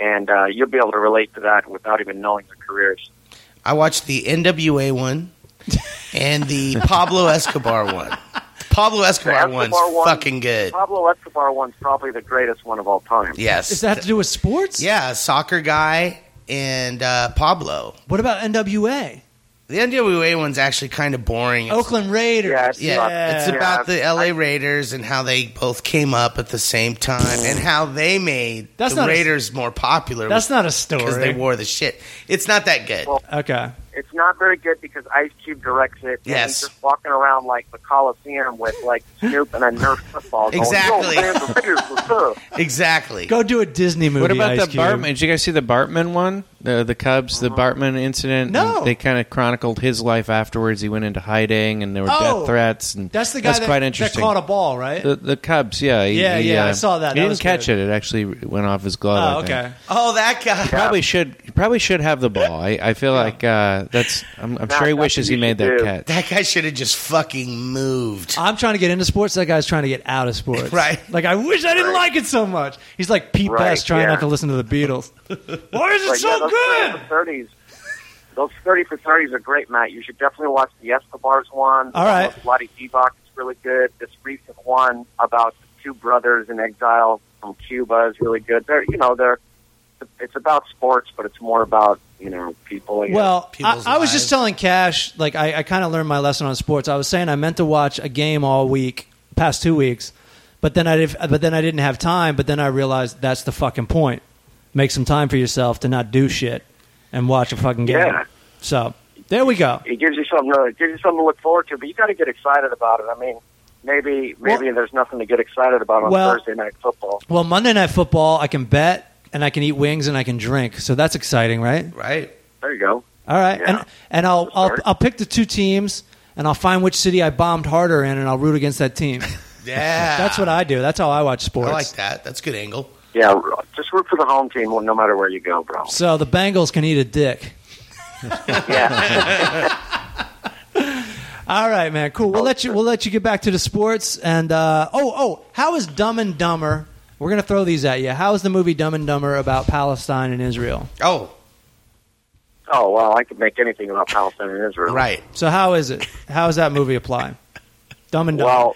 And uh, you'll be able to relate to that without even knowing their careers. I watched the NWA one and the Pablo Escobar one. Pablo Escobar, The one's Escobar one- fucking good. Pablo Escobar one's probably the greatest one of all time. Yes. Does that have to do with sports? yeah, soccer guy and uh, Pablo. What about NWA? The NWA one's actually kind of boring. It's- Oakland Raiders. Yeah, it's Yeah, about- it's Yeah. about the Yeah. LA Raiders and how they both came up at the same time and how they made That's the not a- Raiders more popular. That's not a because they story. wore the shit. It's not that good. Well, okay. It's not very good because Ice Cube directs it. And Yes. he's just walking around like the Coliseum with like Snoop and a Nerf football. going, Exactly. Yo, man, the Raiders what's up?" exactly. Go do a Disney movie. What about Ice the Cube. Bartman? Did you guys see the Bartman one? The the Cubs, the Bartman incident. Uh-huh. No. And they kind of chronicled his life afterwards. He went into hiding, and there were Oh. death threats. And That's the guy that, quite that interesting. caught a ball, right? the, the Cubs, yeah, he- Yeah, he, yeah, I uh, saw that. He That didn't was catch good. it; it actually went off his glove. oh, I think. okay. oh, that guy. Probably should probably should have the ball. I, I feel like uh, that's. I'm, I'm sure he that's wishes what he you made should that do. catch. That guy should have just fucking moved. I'm trying to get into sports. That guy's trying to get out of sports. Right. Like, I wish I didn't like it so much. He's like Pete Right, Best trying yeah. not to listen to the Beatles. Why is it But yeah, so those good? 30 for 30s, those 30 for 30s are great, Matt. You should definitely watch the Escobar's one. Uh, All right. Lottie Divac is really good. This recent one about the two brothers in exile from Cuba is really good. They're, you know, they're, it's about sports, but it's more about, you know, people. I guess. Well, I, people's I was lives. just telling Cash, like I, I kind of learned my lesson on sports. I was saying I meant to watch a game all week, past two weeks, but then I did, but then I didn't have time. But then I realized that's the fucking point. Make some time for yourself to not do shit and watch a fucking game. Yeah. So there we go. it gives you something to, it gives you something to look forward to, but you got to get excited about it. I mean, maybe maybe there's nothing to get excited about on Well- Thursday night football. Well, Monday night football, I can bet and I can eat wings and I can drink. So that's exciting, right? Right. There you go. All right, Yeah. and and I'll That's I'll, fair. I'll pick the two teams and I'll find which city I bombed harder in and I'll root against that team. Yeah. That's what I do. That's how I watch sports. I like that. That's a good angle. Yeah, just root for the home team no matter where you go, bro. So the Bengals can eat a dick. Yeah, All right, man. Cool. We'll let you. We'll let you get back to the sports. And uh, oh, oh, how is Dumb and Dumber? We're gonna throw these at you. How is the movie Dumb and Dumber about Palestine and Israel? Oh, oh well, I could make anything about Palestine and Israel. right. So how is it? How does that movie apply? Dumb and Dumber. Well,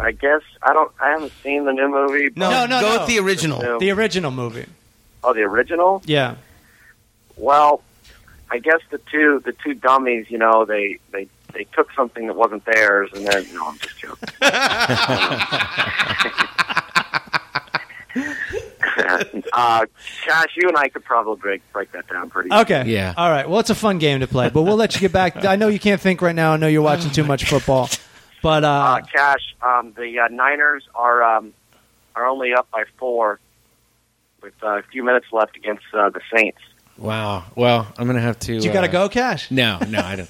I guess I don't. I haven't seen the new movie. No, No, no, go no. with the original. No. the original movie. Oh, the original. Yeah. Well, I guess the two the two dummies. You know, they they they took something that wasn't theirs, and then no, I'm just joking. uh, gosh, you and I could probably break, break that down pretty. Okay. Yeah. All right. Well, it's a fun game to play, but we'll let you get back. I know you can't think right now. I know you're watching too much football, but Uh, uh, Cash, um, the uh, Niners are um, are only up by four, with uh, a few minutes left against uh, the Saints. Wow. Well, I'm gonna have to. you gotta uh, go, Cash. No, no, I don't.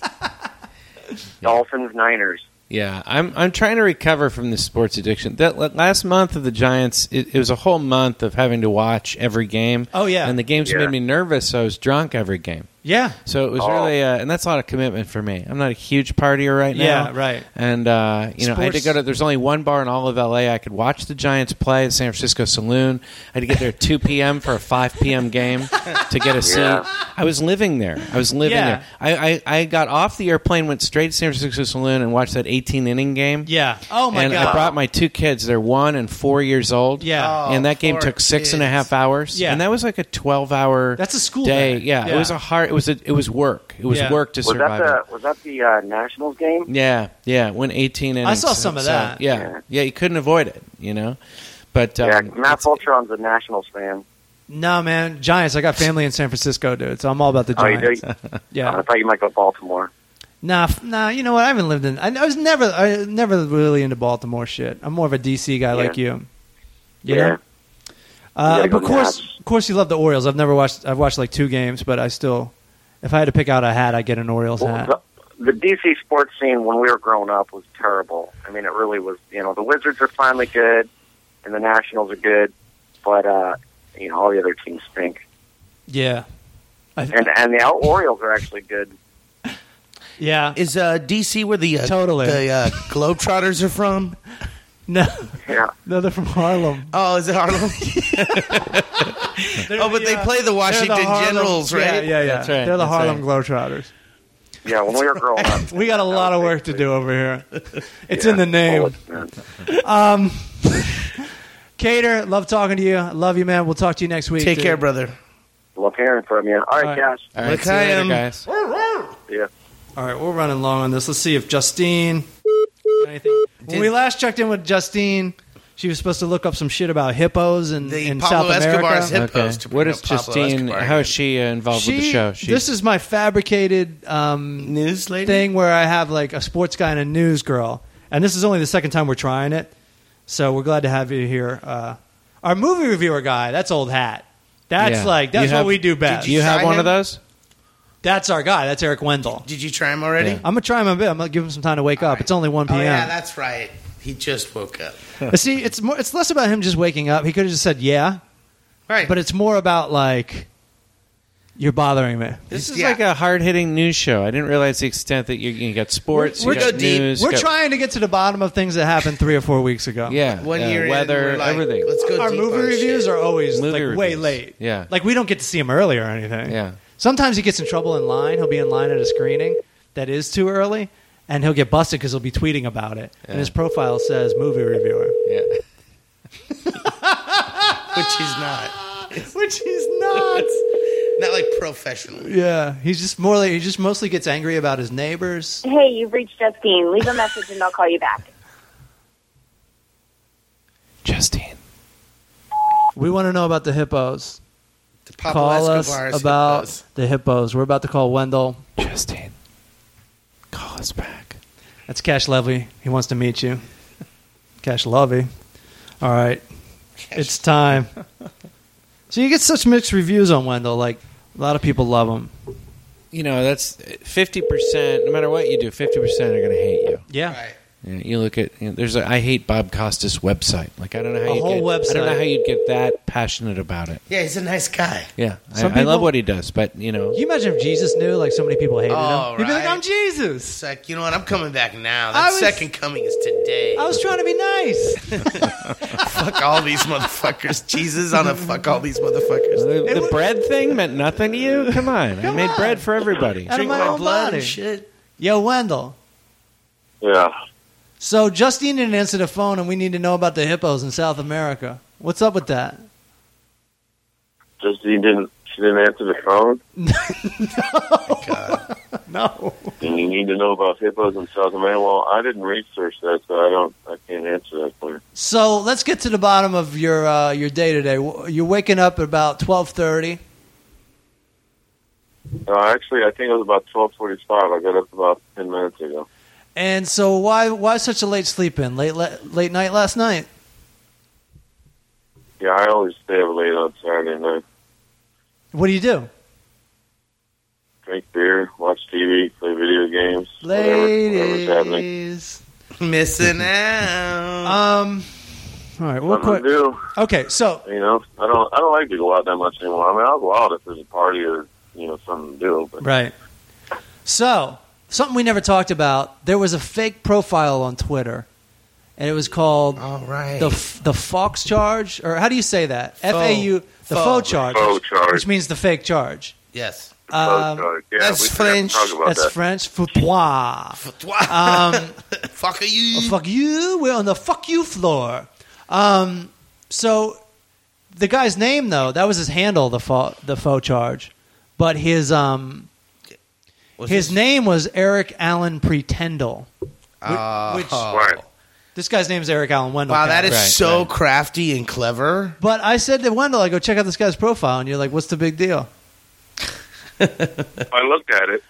Dolphins, Niners. Yeah, I'm I'm trying to recover from this sports addiction. That la- last month of the Giants, it, it was a whole month of having to watch every game. Oh, yeah. and the games Yeah. made me nervous. So I was drunk every game. Yeah. So it was Oh. really, uh, and that's a lot of commitment for me. I'm not a huge partier right now. Yeah, right. And uh, you know, I had to Sports- go to. There's only one bar in all of LA I could watch the Giants play at San Francisco Saloon. I had to get there at 2 p.m. for a 5 p.m. game to get a seat. Yeah. I was living there. I was living Yeah. there. I, I I got off the airplane, went straight to San Francisco Saloon, and watched that 18 inning game. Yeah. Oh my and god. I brought my two kids. They're one and four years old. Yeah. Oh, and that game poor took six and a kids. half hours. Yeah. and that was like a twelve-hour. That's a school day. day. Yeah. Yeah. it was a hard. It was a, It was work. It was Yeah. work to Was survive. that the was that the uh, Nationals game? it. Yeah, yeah. When eighteen innings. saw some of that. yeah, yeah. You couldn't avoid it. You know, but um, Yeah, Matt Voltron's a Nationals fan. No, man, Giants. I got family in San Francisco, dude. So I'm all about the Oh, you do? Giants. I Yeah. thought you might go Baltimore. Nah, f- nah. You know what? I haven't lived in. I, I was never, I never really into Baltimore shit. I'm more of a DC guy, like you. You know? You Uh, gotta go of course, Nats. of course, you love the Orioles. I've never watched. I've watched like two games, but I still, if I had to pick out a hat, I would get an Orioles Well, hat. the, the DC sports scene when we were growing up was terrible. I mean, it really was. You know, the Wizards are finally good, and the Nationals are good, but uh, you know all the other teams stink. yeah. I, And and the Orioles are actually good. yeah. Is uh, DC where the uh, Totally. the uh, Globetrotters are from? No, Yeah, no, they're from Harlem. Oh, is it Harlem? oh, but they They're play the uh, the Washington Harlem- Generals, right? Yeah, yeah, yeah. That's right, They're the that's Harlem right. Globetrotters. Yeah, when we were growing up, We got a lot of work to do over here. It's in the Oh, name. it's- man. Cater, love talking to you. I love you, man. We'll talk to you next week. Take dude. care, brother. Love hearing from you. All right, right. guys. All right, see you later, L'chaim. guys. Yeah. All right, we're running long on this. Let's see if Justine. Anything. When we last checked in with Justine, she was supposed to look up some shit about hippos and The in Pablo South America. Escobar's hip- Okay. Hippos to What bring is up Pablo Justine? Escobar. How is she uh, involved with the She- show? this is my fabricated um, News lady. thing where I have like a sports guy and a news girl, and this is only the second time we're trying it. So we're glad to have you here. Uh, our movie reviewer guy, that's old hat. That's Yeah. like You that's have- what we do best. Do you have Sign one of him? those? that's our guy. That's Eric Wendell. Did you try him already? Yeah. I'm gonna try him a bit. I'm gonna give him some time to wake up. It's only one p.m. Oh yeah, that's right. He just woke up. But See, it's more. It's less about him just waking up. He could have just said yeah, Right. but it's more about like you're bothering me. This is Yeah. like a hard hitting news show. I didn't realize the extent that you, you got sports, We're- you we're got go deep. news, We're got- trying to get to the bottom of things that happened three or four weeks ago. Yeah, one yeah, year in, uh, weather, we're like, everything. Let's go. Our deep movie on reviews shit. are always Movie like way reviews. late. Yeah. like we don't get to see him early or anything. Yeah. Sometimes he gets in trouble in line. He'll be in line at a screening that is too early, and he'll get busted because he'll be tweeting about it. Yeah. And his profile says movie reviewer, Yeah. which he's not. which he's not. Not like professional. Yeah, he's just more like he just mostly gets angry about his neighbors. Hey, you've reached Justine. Leave a message and I'll call you back. Justine. We want to know about the hippos. The Pablo call Escobar's us about hippos. the hippos. We're about to call Wendell. Justine. Call us back. That's Cash Levy. He wants to meet you. Cash Levy. All right, it's time. so you get such mixed reviews on Wendell. Like a lot of people love him. You know, that's 50%, no matter what you do, 50% are going to hate you. Yeah. Right. Yeah, you look at you know, there's a I hate Bob Costas website. Like I don't know how A you whole get, I don't website. know how you'd get that passionate about it. Yeah, he's a nice guy. Yeah, I, Some I love people- what he does, but you know, Can you imagine if Jesus knew like so many people hated Oh, him? He'd be like, right. "I'm Jesus. It's like, you know what? I'm coming back now. I That was- second coming is today. I was trying to be nice." fuck all these motherfuckers. Jesus on a fuck all these motherfuckers. the, the would- bread thing meant nothing to you. Come on, I made on. bread for everybody. Out of Drink my my, own blood body. and shit. Yo, Wendell. Yeah. So Justine didn't answer the phone, and we need to know about the hippos in South America. What's up with that? Justine didn't. She didn't answer the phone. No. And you need to know about hippos in South America. Well, I didn't research that, so I don't. I can't answer that for you. So let's get to the bottom of your uh, your day today. W- You're waking up at about twelve thirty. No, actually, I think it was about twelve forty-five. I got up about ten minutes ago. And so why why such a late sleep in? Late le- late night last night. Yeah, I always stay up late on Saturday night. What do you do? Drink beer, watch TV, play video games. Whatever, whatever's happening. Ladies. Missing out. Um. All right. Well, Something to quick. do. Okay. So You know, I don't. I don't like to go out that much anymore. I mean, I'll go out if there's a party or you know something to do. But Right. So, something we never talked about there was a fake profile on Twitter, and it was called all right. the, f- the Fox charge, or how do you say that? F A U, the Faux. faux charge, Faux charge. which means the fake charge. yes. Um, Oh, yeah, that's we forgot to French. Talk about that's that. French. Foutoir. um, fuck are you? Oh, fuck you. We're on the fuck you floor. Um, so the guy's name though that was his handle the faux, the faux charge, but his um Was his this- name was Eric Allen Pretendle. Oh. which- Right. This guy's name is Eric Allen Wendell. Wow, County. that is Right, so right. crafty and clever. But I said to Wendell, I go check out this guy's profile, and you're like, "What's the big deal?" I looked at it.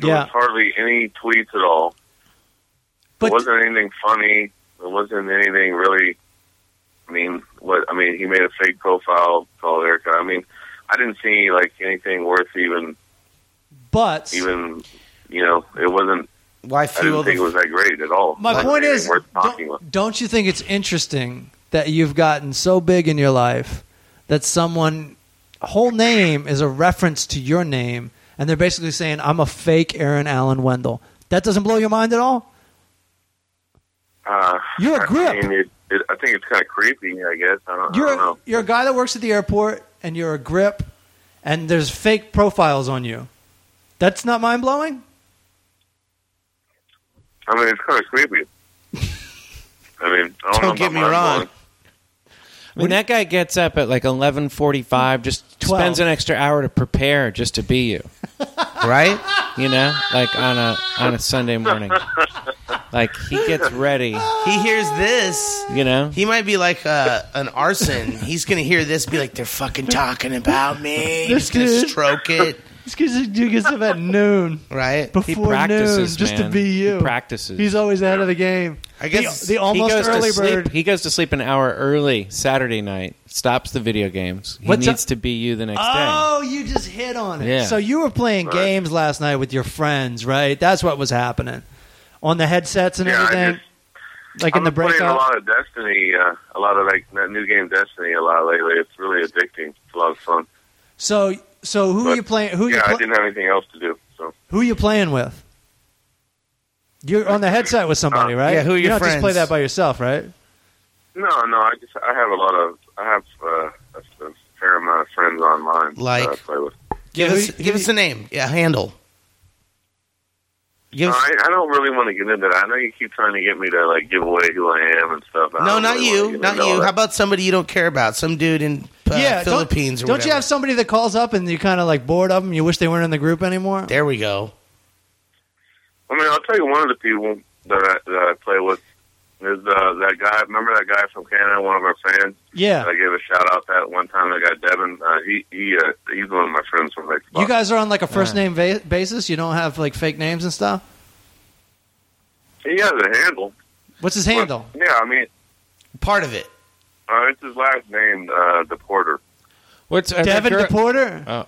There Yeah. was hardly any tweets at all. But there wasn't anything funny. There wasn't anything really. I mean, what? I mean, he made a fake profile called Erica. I mean, I didn't see like anything worth even, but even. You know, it wasn't. Why I didn't fuel think it the was that great at all. my Like, point anything is, worth talking about. don't, don't you think it's interesting that you've gotten so big in your life that someone whole name is a reference to your name, and they're basically saying, "I'm a fake Aaron Allen Wendell." That doesn't blow your mind at all. Uh, You're a grip. I, mean, it, it, I think it's kind of creepy. I guess I don't, I You're don't know. a, you're a guy that works at the airport, and you're a grip, and there's fake profiles on you. That's not mind blowing. I mean, it's kind of creepy. I mean, I don't, know Don't about get me mind wrong. blowing. When that guy gets up at like eleven forty-five, just 12. spends an extra hour to prepare just to be you. right? You know, like on a on a Sunday morning, like he gets ready. He hears this. You know, He might be like uh, an arson. He's gonna hear this, be like, "They're fucking talking about me." This He's gonna dude. stroke it, This kid dude gets up at noon. right? he Before practices noon, just to man. be you. He practices. He's always ahead of the game. The, I guess the almost he goes early to sleep. bird. He goes to sleep an hour early Saturday night. Stops the video games. He What's needs up? to be you the next Oh, you just hit on it. Yeah. So you were playing games last night with your friends, right? That's what was happening on the headsets and Yeah, I everything. like I've in the been playing a breakout. lot of Destiny, uh, a lot of like that new game Destiny, a lot lately. It's really addicting. It's a lot of fun. So, so who But, you playing? Who you yeah, I pl- didn't have anything else to do. So who you playing with? You're on the headset with somebody, right? Uh, yeah, who are you your don't just play friends? that by yourself, right? no, no, I just I have a lot of I have uh, a, a fair amount of friends online. Like? that I play with. give who- us who give you- us a name, yeah, handle. Give No, us, I, I don't really want to get into that. I know you keep trying to get me to like give away who I am and stuff. I no, don't not really wanna you, get not into all you. that. How about somebody you don't care about? Some dude in uh, don't- Philippines. Don't, or you whatever. have somebody that calls up and you kind of like bored of them? You wish they weren't in the group anymore. There we go. I mean, I'll tell you one of the people that I, that I play with is uh, that guy. Remember that guy from Canada, one of our fans. yeah, I gave a shout out that one time. I got Devin. Uh, he he uh, he's one of my friends from Xbox. you guys are on like a first name va- basis. You don't have like fake names and stuff. he has a handle. What's his handle? But, yeah, I mean, Part of it. uh, it's his last name, uh, the Porter. day. What's are Devin there gir- DePorter.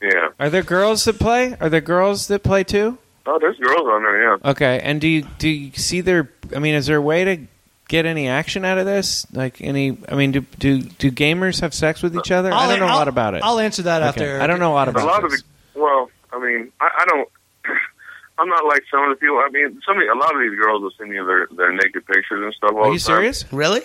Yeah. Are there girls that play? Are there girls that play too? Oh, there's girls on there. Yeah. Okay, and do you do you see their? I mean, is there a way to get any action out of this? Like any? I mean, do do do gamers have sex with each other? I I'll- don't know a I'll- lot about it. I'll answer that Okay. after. I don't know a lot A about lot of this. the well, I mean, I, I don't. I'm not like some of the people. I mean, some of the- a lot of these girls will send you their their naked pictures and stuff. All Are you the time. serious? Really,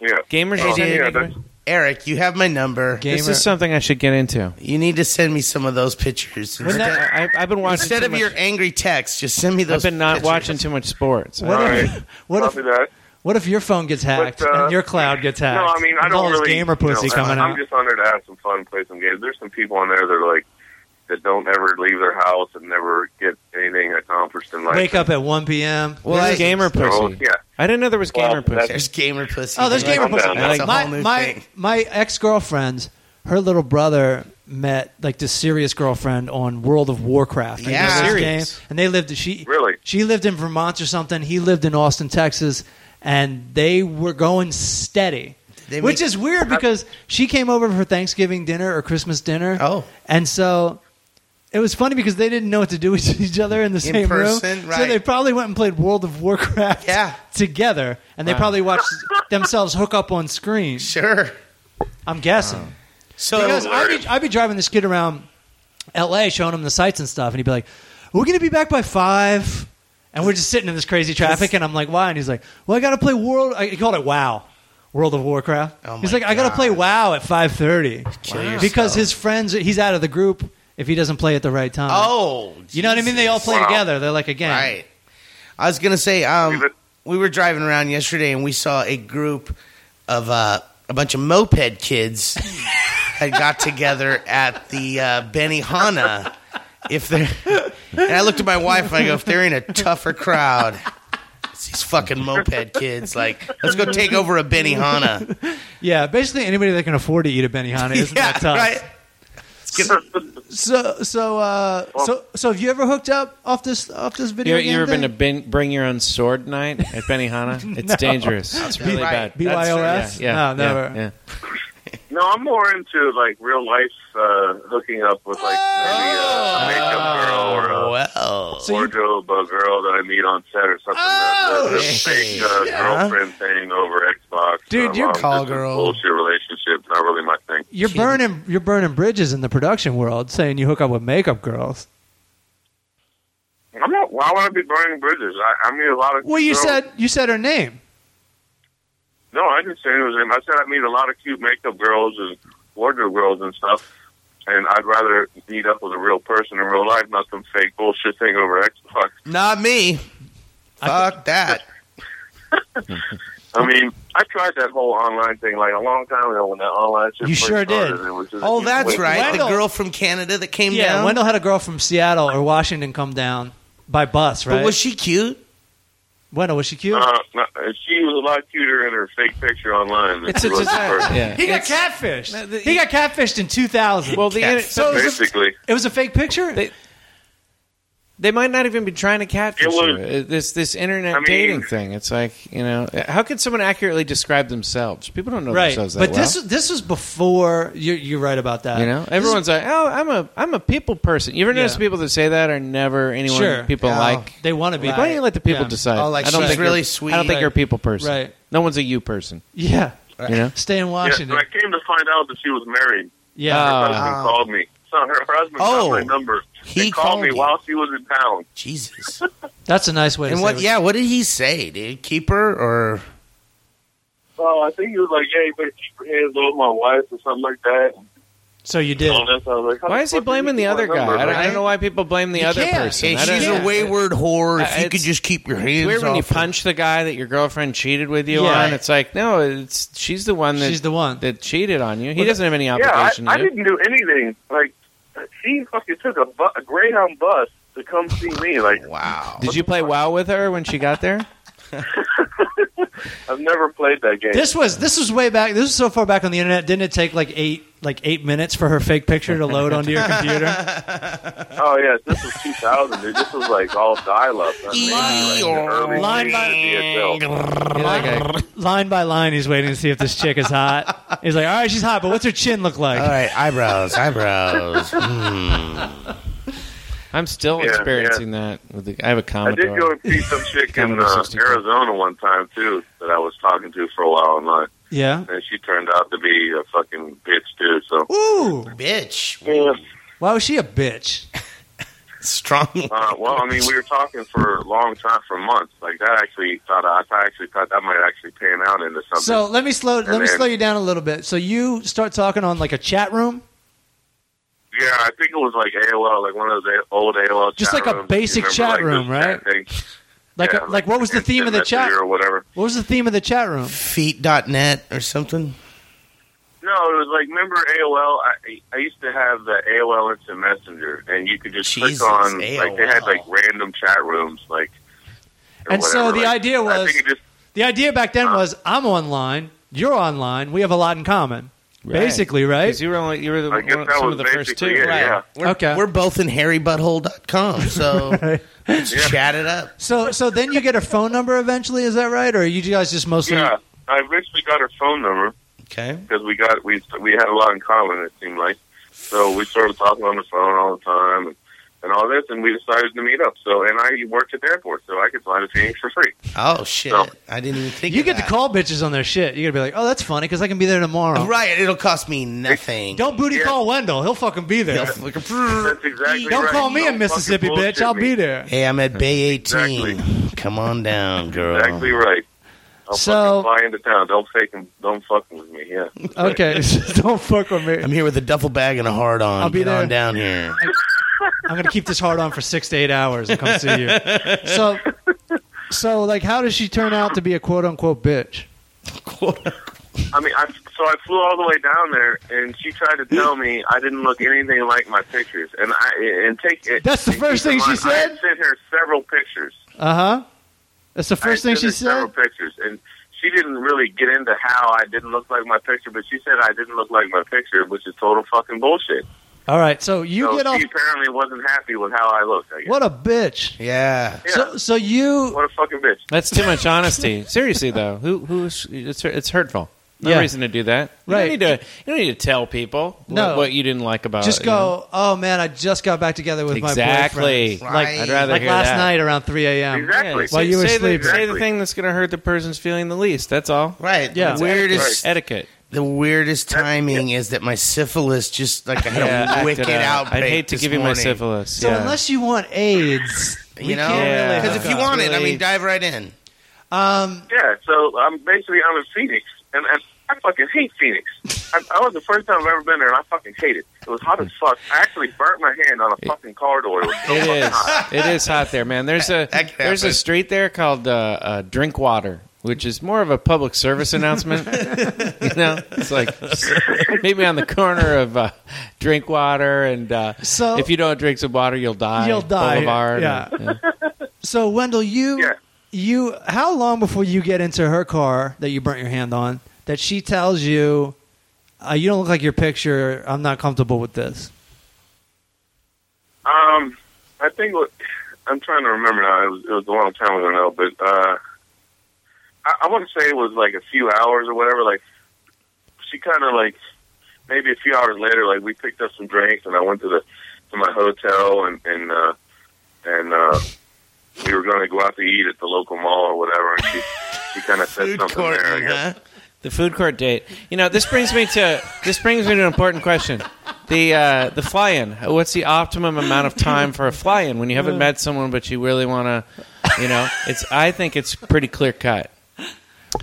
Yeah. Gamers Oh, are dating yeah, anyone? that's- Eric? You have my number. Gamer. This is something I should get into. You need to send me some of those pictures Wouldn't instead, that- I, I've been watching instead too of much- your angry text. Just send me I've those. been not pictures. watching too much sports. What All if, right. what if Copy that. what if your phone gets hacked But, uh, and your cloud gets No, hacked? I mean, I There's don't all this really. gamer pussy you know, coming I, I'm out. just on there to have some fun, play some games. There's some people on there that are like that don't ever leave their house and never get anything accomplished in life. Wake up at 1 p.m. Well, There's I, gamer So, pussy. Oh, yeah. I didn't know there was Well, gamer pussy. There's gamer pussy. Oh, there's Like, gamer pussy. down. That's a my whole new my thing. my ex girlfriend's her little brother met like this serious girlfriend on World of Warcraft. Like, Yeah. this Serious? game. and they lived. She Really? she lived in Vermont or something. He lived in Austin, Texas, and they were going steady. They Which make- is weird because she came over for Thanksgiving dinner or Christmas dinner. Oh. and so it was funny because they didn't know what to do with each other in the same person, room. So right. they probably went and played World of Warcraft Yeah. together, and they probably watched themselves hook up on screen. Sure. I'm guessing So because I'd be, I'd be driving this kid around L.A. showing him the sights and stuff, and he'd be like, "We're gonna be back by five. and we're just sitting in this crazy traffic." And I'm like, "Why?" And he's like, "Well, I got to play World." I, he called it WoW, World of Warcraft. Oh my he's like, "I got to God. play WoW at 5:30 Kill yourself. because his friends he's out of the group if he doesn't play at the right time." oh, you know what I mean? They all play Wow. together. They're like a gang. Right. I was gonna say, um, Leave it. we were driving around yesterday and we saw a group of uh, a bunch of moped kids had got together at the uh, Benihana. If they're, and I looked at my wife and I go, if they're in a tougher crowd. It's these fucking moped kids, like, let's go take over a Benihana. Yeah, basically anybody that can afford to eat a Benihana isn't yeah, that tough. right. So so uh, so so have you ever hooked up off this off this You, video ever- game? you ever been thing? to bin, bring your own sword night at Benihana? It's dangerous. It's really bad. Right. That's- BYOS? Yeah, No, yeah, never. yeah. No, I'm more into like real life uh, hooking up with like maybe Oh. a makeup girl or a Well, So you, wardrobe uh, girl that I meet on set or something. Oh. that, that, that fake uh, girlfriend thing over Xbox. Dude, Um, you're um, call this is girl. Bullshit relationship, not really my thing. you're burning you're burning bridges in the production world, saying you hook up with makeup girls. I'm not. Why would I be burning bridges? I, I meet a lot of. Well, you girls- said you said her name. No, I didn't say it was him. I said I meet a lot of cute makeup girls and wardrobe girls and stuff, and I'd rather meet up with a real person in real life, not some fake bullshit thing over Xbox. not me. Fuck that. I mean, I tried that whole online thing like a long time ago when that online shit You first sure did. started. It was just- Oh, that's wait, right. Wendell- The girl from Canada that came yeah, down. Wendell had a girl from Seattle or Washington come down by bus, right? But was she cute? Wendell, was she cute? Uh, no, she was a lot cuter in her fake picture online. than It's she a was in person. desire. Yeah. he got It's- catfished. No, the- he got catfished in 2000. Well, the inter- so it was, a, Basically, it was a fake picture. They- they might not even be trying to catfish It was- you. Uh, This this internet I mean- dating thing. It's like you know, how can someone accurately describe themselves? People don't know right, themselves that but well. this this was before. You're, you're right about that. you know, This is- everyone's like, "Oh, I'm a I'm a people person." You ever notice Yeah. people that say that are never anyone Sure. people Yeah. like? they want to be. Why don't you let the people Yeah. decide? Oh, like I don't she's think really you're- sweet. I don't think Right. you're a people person. Right. No one's a you person. Yeah, You know. stay in yeah, Washington. when I came to find out that she was married, yeah. Uh, her husband Oh. called me. So her, her husband Oh. got my number. He he called, called me you. while she was in town. Jesus. That's a nice way. to And say what? it. Yeah. What did he say? Did he keep her or? So I think he was like, "Yeah, you better keep your hands off my wife" or something like that. So you did. All that. So I was like, "How Why the is he fuck did blaming the get my other guy? number?" I don't, I Like, don't know why people blame the You other can't. person. Hey, I don't she's know. a wayward whore. If Uh, you could it's- just keep your hands It's weird when you off her. punch the guy that your girlfriend cheated with you Yeah. on. It's like no, it's she's the one that She's the one. that cheated on you. He Well, doesn't have any Yeah, obligation I, I to. you. didn't do anything. Like she fucking took a, bu- a Greyhound bus to come see me. Like Wow. Did you play WoW with her when she got there? I've never played that game. This was this was way back. This was so far back on the internet. Didn't it take like eight like eight minutes for her fake picture to load onto your computer? oh yeah, this was 2000. Dude. This was like all dial-up. I mean, like, the early Line days of DSL. You're like a- line by line, he's waiting to see if this chick is hot. He's like, all right, she's hot, but what's her chin look like? All right. Eyebrows. Eyebrows. Mm, I'm still Yeah, experiencing that. With the, I have a I did go Commodore. and see some chick in Commodore uh, 64. Arizona one time too that I was talking to for a while online, Yeah. and she turned out to be a fucking bitch too. So Ooh. Bitch. yeah, Why was she a bitch? Strong. uh, well, I mean, we were talking for a long time, for months. Like that actually thought I I actually thought that might actually pan out into something. So let me slow let me then- slow you down a little bit. So you start talking on like a chat room, yeah, I think it was like AOL, like one of those a- old AOL, Just chat like a rooms. basic You remember, chat like, this room, right? chat thing? like Yeah, a, like what was the instant theme of the chat? messenger or whatever? What was the theme of the chat room? Feet.net or something. No, it was like remember AOL. I I used to have the AOL Instant Messenger, and you could just Jesus, click on like they had AOL. like random chat rooms, like. or And so whatever. the Like, idea I was- think it just, The idea back then Huh. was I'm online, you're online, we have a lot in common. Basically, right? Because you were only you were the, I guess one, that some was of the first two. basically it. Yeah, We're, Okay. We're both in harrybutthole.com. So let's Yeah. chat it up. So so then you get her phone number eventually, is that right? Or are you guys just mostly yeah. I eventually got her phone number Okay. because we got we we had a lot in common. It seemed like so we started talking on the phone all the time and, and all this, and we decided to meet up. So and I worked at the airport, so I could fly to Phoenix for free. Oh, shit. No. I didn't even think you of get to that. call bitches on their shit. You gotta be like, Oh, that's funny because I can be there tomorrow. Right. It'll cost me nothing. Don't booty Yeah. call Wendell, he'll fucking be there. He'll fucking- That's exactly. Don't right. call me Don't in Mississippi, fucking bitch. I'll bullshit me. be there. Hey, I'm at Bay 18. Exactly. Come on down, girl. Exactly right. I'll fucking So- fly into town. Don't fake him. Don't fuck with me. Yeah. Okay. Don't fuck with me. I'm here with a duffel bag and a hard on. I'll be Get there. on down here. I'm gonna keep this hard on for six to eight hours and come see you. So so like how does she turn out to be a quote unquote bitch? I mean, I, so I flew all the way down there, and she tried to tell me I didn't look anything like my pictures. And I and take it. That's the and first keep in thing she mind, I had said? sent her several pictures. Uh huh. That's the I had first thing sent she her said. Several pictures, and she didn't really get into how I didn't look like my picture, but she said I didn't look like my picture, which is total fucking bullshit. All right, so you so get off. she apparently wasn't happy with how I looked. I guess. What a bitch. Yeah. Yeah. So, so you. what a fucking bitch. That's too much honesty. Seriously though, who who's it's it's hurtful. No Yeah. reason to do that. You Right. don't need to. You don't need to tell people No. what, what you didn't like about. Just it, you know? go. Oh man, I just got back together with Exactly. my boyfriend. Like, Right. I'd rather like hear last that. night around 3 a.m. Exactly. While you were say sleeping. The, say the Exactly. thing that's going to hurt the person's feeling the least. That's all. Right. Yeah. The weirdest, Etiquette. the weirdest timing is that my syphilis just like I had a acted wicked out. outbreak. uh, I'd hate to this give you my morning. syphilis. So yeah. unless you want AIDS, You know, can't really because hook if you up. want it, I Really- mean, dive right in. um, Yeah, so I'm basically I'm in Phoenix, and, and I fucking hate Phoenix. I, that was the first time I've ever been there, and I fucking hate it. It was hot as fuck. I actually burnt my hand on a fucking car door. It was so It fucking is. hot. It is hot there, man. There's a That can there's a happen. street there called uh, uh, Drinkwater, which is more of a public service announcement. you know, it's like maybe on the corner of uh, Drinkwater, and uh, So- if you don't drink some water, you'll die. You'll die, Boulevard. yeah. So Wendell, you Yeah. you how long before you get into her car that you burnt your hand on that she tells you uh, you don't look like your picture. I'm not comfortable with this. Um, I think what, I'm trying to remember now. It was, it was a long time ago now, but uh, I, I want to say it was like a few hours or whatever. Like she kind of like maybe a few hours later, like we picked up some drinks and I went to the to my hotel and and uh, and uh, we were going to go out to eat at the local mall or whatever. And she she kind of said Food something court, there. I guess. huh? The food court date. You know, this brings me to this brings me to an important question. The uh, the fly in. What's the optimum amount of time for a fly in when you haven't met someone but you really want to? You know, it's. I think it's pretty clear cut.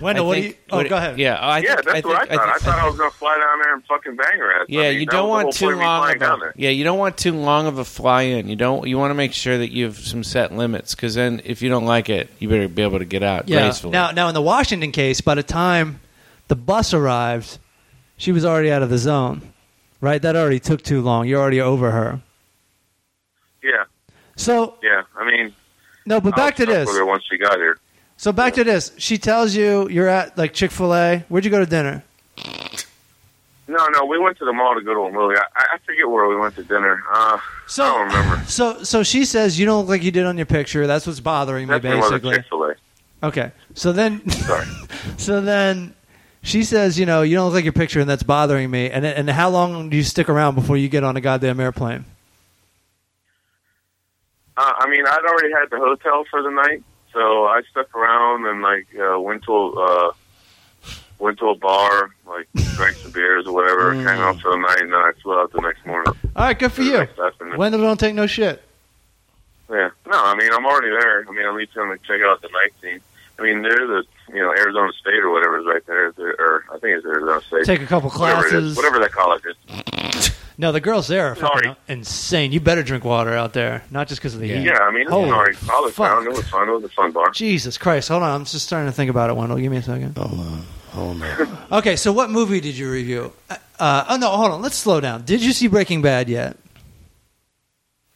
Wendell, I what think- do you? Oh, go ahead. Yeah, I Yeah, think- that's what I think- thought. I, think- thought I, was going to fly down there and fucking bang her ass. Yeah, I mean, you that don't was the want whole too point of me long flying of down a, there. yeah. You don't want too long of a fly in. You don't. You want to make sure that you have some set limits because then if you don't like it, you better be able to get out Yeah. gracefully. Now, now in the Washington case, by the time the bus arrived, she was already out of the zone. Right? That already took too long. You're already over her. Yeah, So yeah. I mean, no, I but was back to stuck this. With her once she got here. So back to this. She tells you you're at like Chick Fil A. Where'd you go to dinner? No, no, we went to the mall to go to a movie. I, I forget where we went to dinner. Uh, So I don't remember. So so she says you don't look like you did on your picture. That's what's bothering me, Definitely wasn't basically. Chick Fil A. Okay. So then Sorry. so then she says, you know, you don't look like your picture, and that's bothering me. And and how long do you stick around before you get on a goddamn airplane? Uh, I mean, I'd already had the hotel for the night, so I stuck around and like uh, went to a, uh, went to a bar, like drank some beers or whatever, hang out for the night, and then I flew out the next morning. All right, good Mm. for The you. next afternoon. Wendell don't take no shit. Yeah. No, I mean, I'm already there. I mean, at least I'm going to check out the night scene. I mean, there's a, you know, Arizona State or whatever is right there, there or I think it's Arizona State. Take a couple whatever, it classes. is, whatever that college is. No, the girls there are fucking Sorry. insane. You better drink water out there, not just because of the heat. Yeah, I mean, it's Holy an alright college fuck. town. It was fun. It was a fun bar. Jesus Christ! Hold on, I'm just starting to think about it. Wendell, give me a second. Hold on. Hold on. Okay, so what movie did you review? Uh, Uh, oh no, hold on. Let's slow down. Did you see Breaking Bad yet?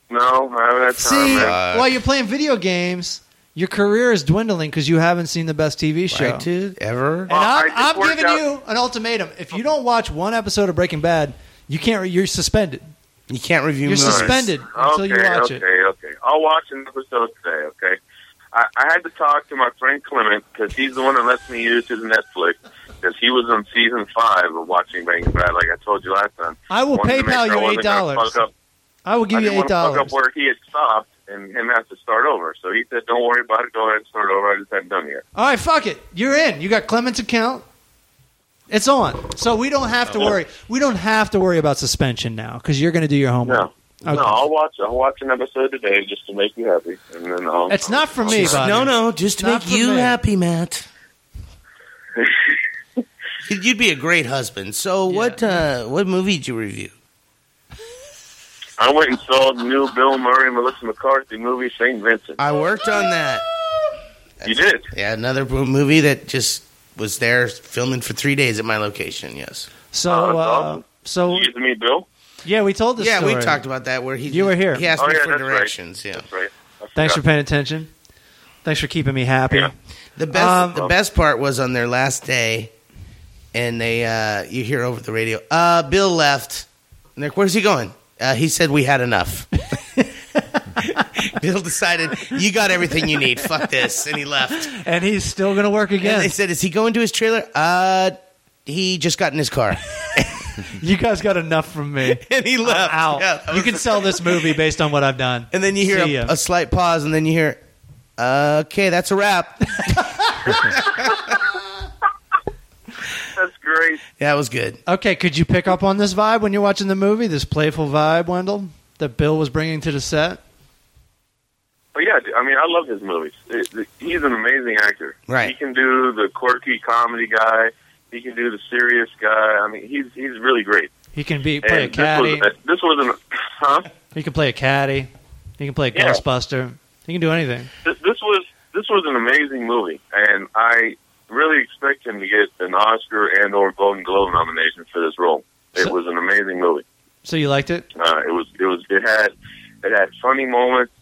No, I haven't had time. See, uh, man. while you're playing video games, your career is dwindling because you haven't seen the best TV show. Right, dude? Ever? And Well, I I'm, just I'm worked giving out- you an ultimatum. If you don't watch one episode of Breaking Bad, you can't. You're suspended. You can't review You're movies. suspended until you okay, watch okay, it. Okay, I'll watch an episode today, okay? I, I had to talk to my friend Clement because he's the one that lets me use his Netflix because he was on season five of watching Bang Bad, like I told you last time. I will Wanted to make PayPal sure I you wasn't gonna $8. fuck up I will give I you didn't eight want to fuck dollars. up where he had stopped and him have to start over. So he said, "Don't worry about it. Go ahead and start over. I just haven't done it yet." All right, fuck it. You're in. You got Clement's account. It's on. So we don't have to worry. We don't have to worry about suspension now because you're going to do your homework. No, Okay. no. I'll watch. I'll watch an episode today just to make you happy, and then um, I'll. It's not for me, buddy. No, no, just to Not make for you me. happy, Matt. You'd you'd be a great husband. So, what uh, what movie did you review? I went and saw the new Bill Murray and Melissa McCarthy movie, Saint Vincent. I worked on that. you did. Yeah, another bo- movie that just was there filming for three days at my location. Yes. Uh-huh. So, uh, so You used me, Bill. yeah, we told this. yeah, we story. talked about that where he You were here. He asked Oh, me yeah, for that's right. directions. Yeah. That's right. I Thanks for forgot. paying attention. Thanks for keeping me happy. Yeah. The best Um, the best part was on their last day, and they uh, you hear over the radio, uh, Bill left. And they're, where's he going? Uh, he said we had enough. Bill decided you got everything you need. Fuck this, and he left. And he's still going to work And again. they said, is he going to his trailer? Uh, he just got in his car, you guys got enough from me. and he I'm left. out. Yeah, that you was- can sell this movie based on what I've done. And then you hear See a, ya. a slight pause, and then you hear, okay, that's a wrap. That's great. that was good. Okay, could you pick up on this vibe when you're watching the movie? This playful vibe, Wendell, that Bill was bringing to the set. But yeah, I mean, I love his movies. It- it- He's an amazing actor. Right. He can do the quirky comedy guy. He can do the serious guy. I mean, he's he's really great. He can be play a And caddy. This wasn't, this wasn't huh? He can play a caddy. He can play a Yeah. Ghostbuster. He can do anything. This, this was this was an amazing movie, and I really expect him to get an Oscar and or Golden Globe nomination for this role. It So- was an amazing movie. So you liked it? Uh, it was it was it had it had funny moments.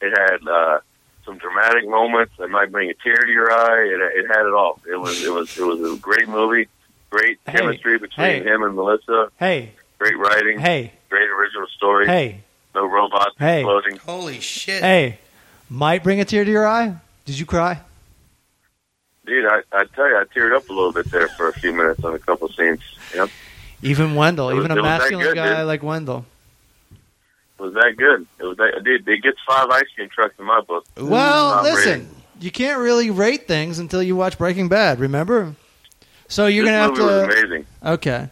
It had uh, some dramatic moments that might bring a tear to your eye. It, it had it all. It was it was it was a great movie. Great Hey, chemistry between hey. him and Melissa. Hey, Great writing. hey, Great original story. hey, No robots Hey. exploding. Holy shit. hey! Might bring a tear to your eye. Did you cry? Dude, I, I tell you, I teared up a little bit there for a few minutes on a couple scenes. Yep, Even Wendell, It was- even it a was that masculine good, guy dude. like Wendell. it was that good. It was that dude. It gets five ice cream trucks in my book. well, Tom listen, Brady. you can't really rate things until you watch Breaking Bad. Remember? So you're this gonna have movie was to. uh, amazing. Okay,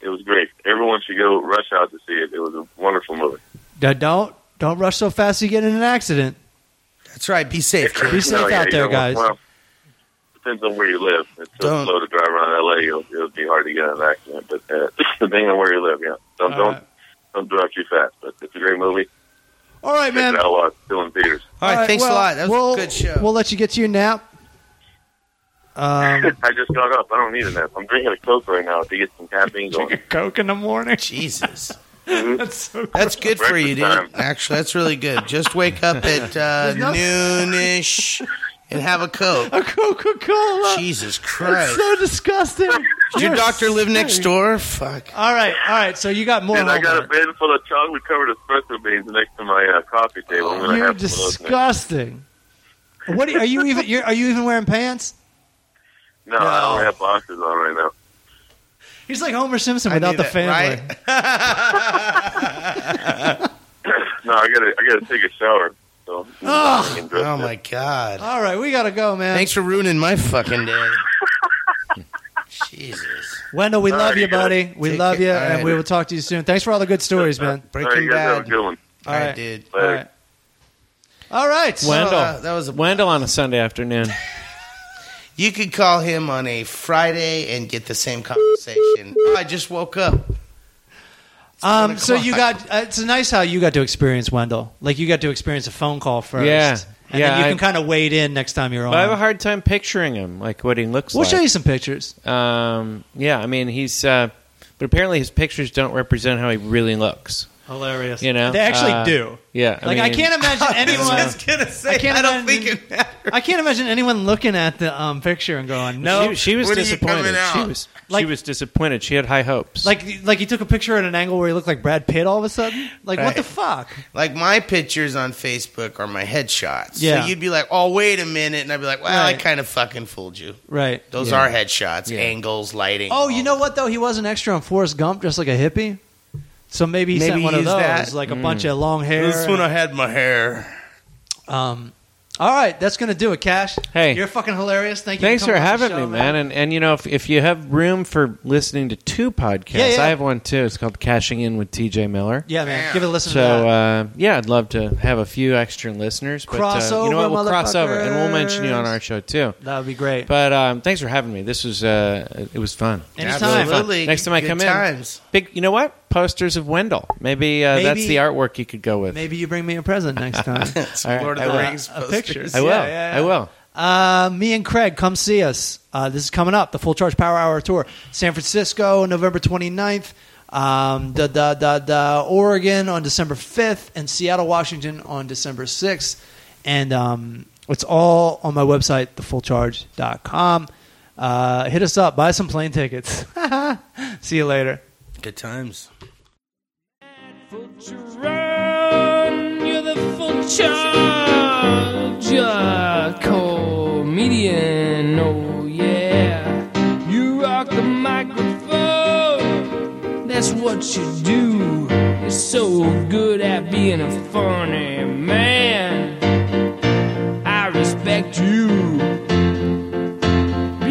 It was great. Everyone should go rush out to see it. It was a wonderful movie. now don't don't rush so fast you get in an accident. That's right. Be safe, kid. Be safe out you there, know, guys. Well, depends on where you live. It's so Don't. slow to drive around LA. It'll, it'll be hard to get in an accident, but uh, depending on where you live, yeah. Don't All don't right. don't drive too fast. But it's a great movie. All right, man. It's out a lot. Still in theaters. All right, thanks well, a lot. That was we'll- a good show. We'll let you get to your nap. Um, I just got up. I don't need a nap. I'm drinking a Coke right now to get some caffeine going. Coke in the morning. Jesus. That's so. That's good for you, dude. Breakfast time. Actually, that's really good. Just wake up at uh, no- noonish and have a Coke. Coca Cola. Jesus That's Christ. so disgusting. Did your doctor live next door? Fuck. All right, all right. So you got more Dude, I got a homework. bin full of chocolate covered espresso beans next to my uh, coffee table. I'm gonna You're have some of those next- disgusting. What are, are you even? You're, are you even wearing pants? No, I don't have boxes on right now. He's like Homer Simpson I without knew the that, family. right? No, I gotta I gotta take a shower. So Ugh. I can dress Oh, it. my God. All right, we gotta go, man. Thanks for ruining my fucking day. Jesus. Wendell. We All love right, you, guys. buddy. We Take love care. you, All and right. we will talk to you soon. Thanks for all the good stories, man. All right, Breaking you guys have Bad. a good one. All right, dude. All right. All right. Wendell. Well, uh, that was a Wendell on a Sunday afternoon. You could call him on a Friday and get the same conversation. Oh, I just woke up. Um, so o'clock. you got uh, it's nice how you got to experience Wendell. Like you got to experience a phone call first. Yeah. And Yeah, then you I- can kind of wade in next time you're on. But I have a hard time picturing him, like what he looks we'll like. show you some pictures. Um, yeah, I mean he's, uh, but apparently his pictures don't represent how he really looks. Hilarious. You know, They actually Uh, do. Yeah, like I mean- can't imagine anyone gonna say. I can't imagine- matters. I can't imagine anyone looking at the um, picture and going, "No." She, she was When are you disappointed. coming out? She was she Like- was disappointed. She had high hopes. like like he took a picture at an angle where he looked like Brad Pitt all of a sudden. Like what Right. the fuck? Like my pictures on Facebook are my headshots. Yeah. So you'd be like, "Oh, wait a minute," and I'd be like, "Well, I Right. kind of fucking fooled you. Right. Those Yeah. are headshots, Yeah. angles, lighting." Oh, you all know that. what though? He was an extra on Forrest Gump, just like a hippie. So maybe he Maybe sent one of use those, that. like a Mm. bunch of long hair. This is when I had my hair. Um, all right, that's gonna do it, Cash. Hey. you're fucking hilarious. Thank you. Thanks for for coming on the having show, me, man. And and you know, if if you have room for listening to two podcasts, Yeah, yeah. I have one too. It's called Cashing In with TJ Miller. Yeah, man. Give it a listen. to So that. uh, yeah, I'd love to have a few extra listeners. But uh, you know Crossover, what? We'll cross over, and we'll mention you on our show too. that would be great. But um, thanks for having me. This was uh, it was fun. Anytime. Absolutely. Next time I Good come times. in, big. You know what? Posters of Wendell. Maybe, uh, that's Maybe- the artwork you could go with. Maybe you bring me a present next time. It's All right, Lord I of the will. Rings A posters. picture. I will. Yeah, yeah, yeah. I will. Uh, me and Craig, come see us. Uh, this is coming up, the Full Charge Power Hour Tour. San Francisco, November 29th. Um, da, da, da, da, Oregon on December 5th. And Seattle, Washington on December 6th. And um, it's all on my website, thefullcharge.com. Uh, hit us up. Buy some plane tickets. see you later. Good times. You're the full charge uh, comedian, oh yeah. You rock the microphone, that's what you do. You're so good at being a funny man. I respect you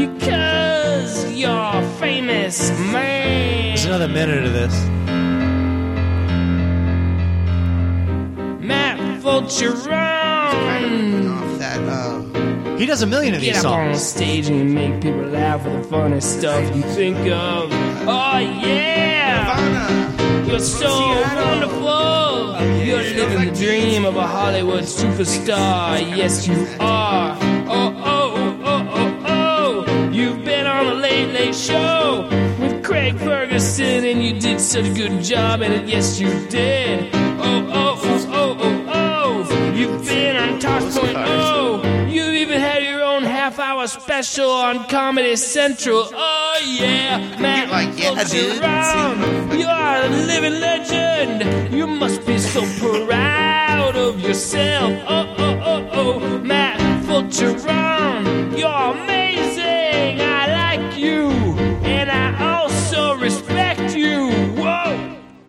because you're famous, man. There's another minute of this. Matt Fulcherone. Off that. Um, He does a million of Get these up on songs. stage and make people laugh with the funniest stuff you think of. Oh yeah, you're so wonderful. You're living the dream of a Hollywood superstar. Yes, you are. Oh oh oh oh oh. You've been on the Late Late Show with Craig Ferguson, and you did such a good job in it. Yes, you did. Oh oh oh oh oh. oh. You've been on Tosh.0. You've even had your own half-hour special on Comedy Central. Oh yeah, man, like, yeah, around. You are a living legend. You must be so proud of yourself. Oh oh oh oh, Matt Fulcher You're a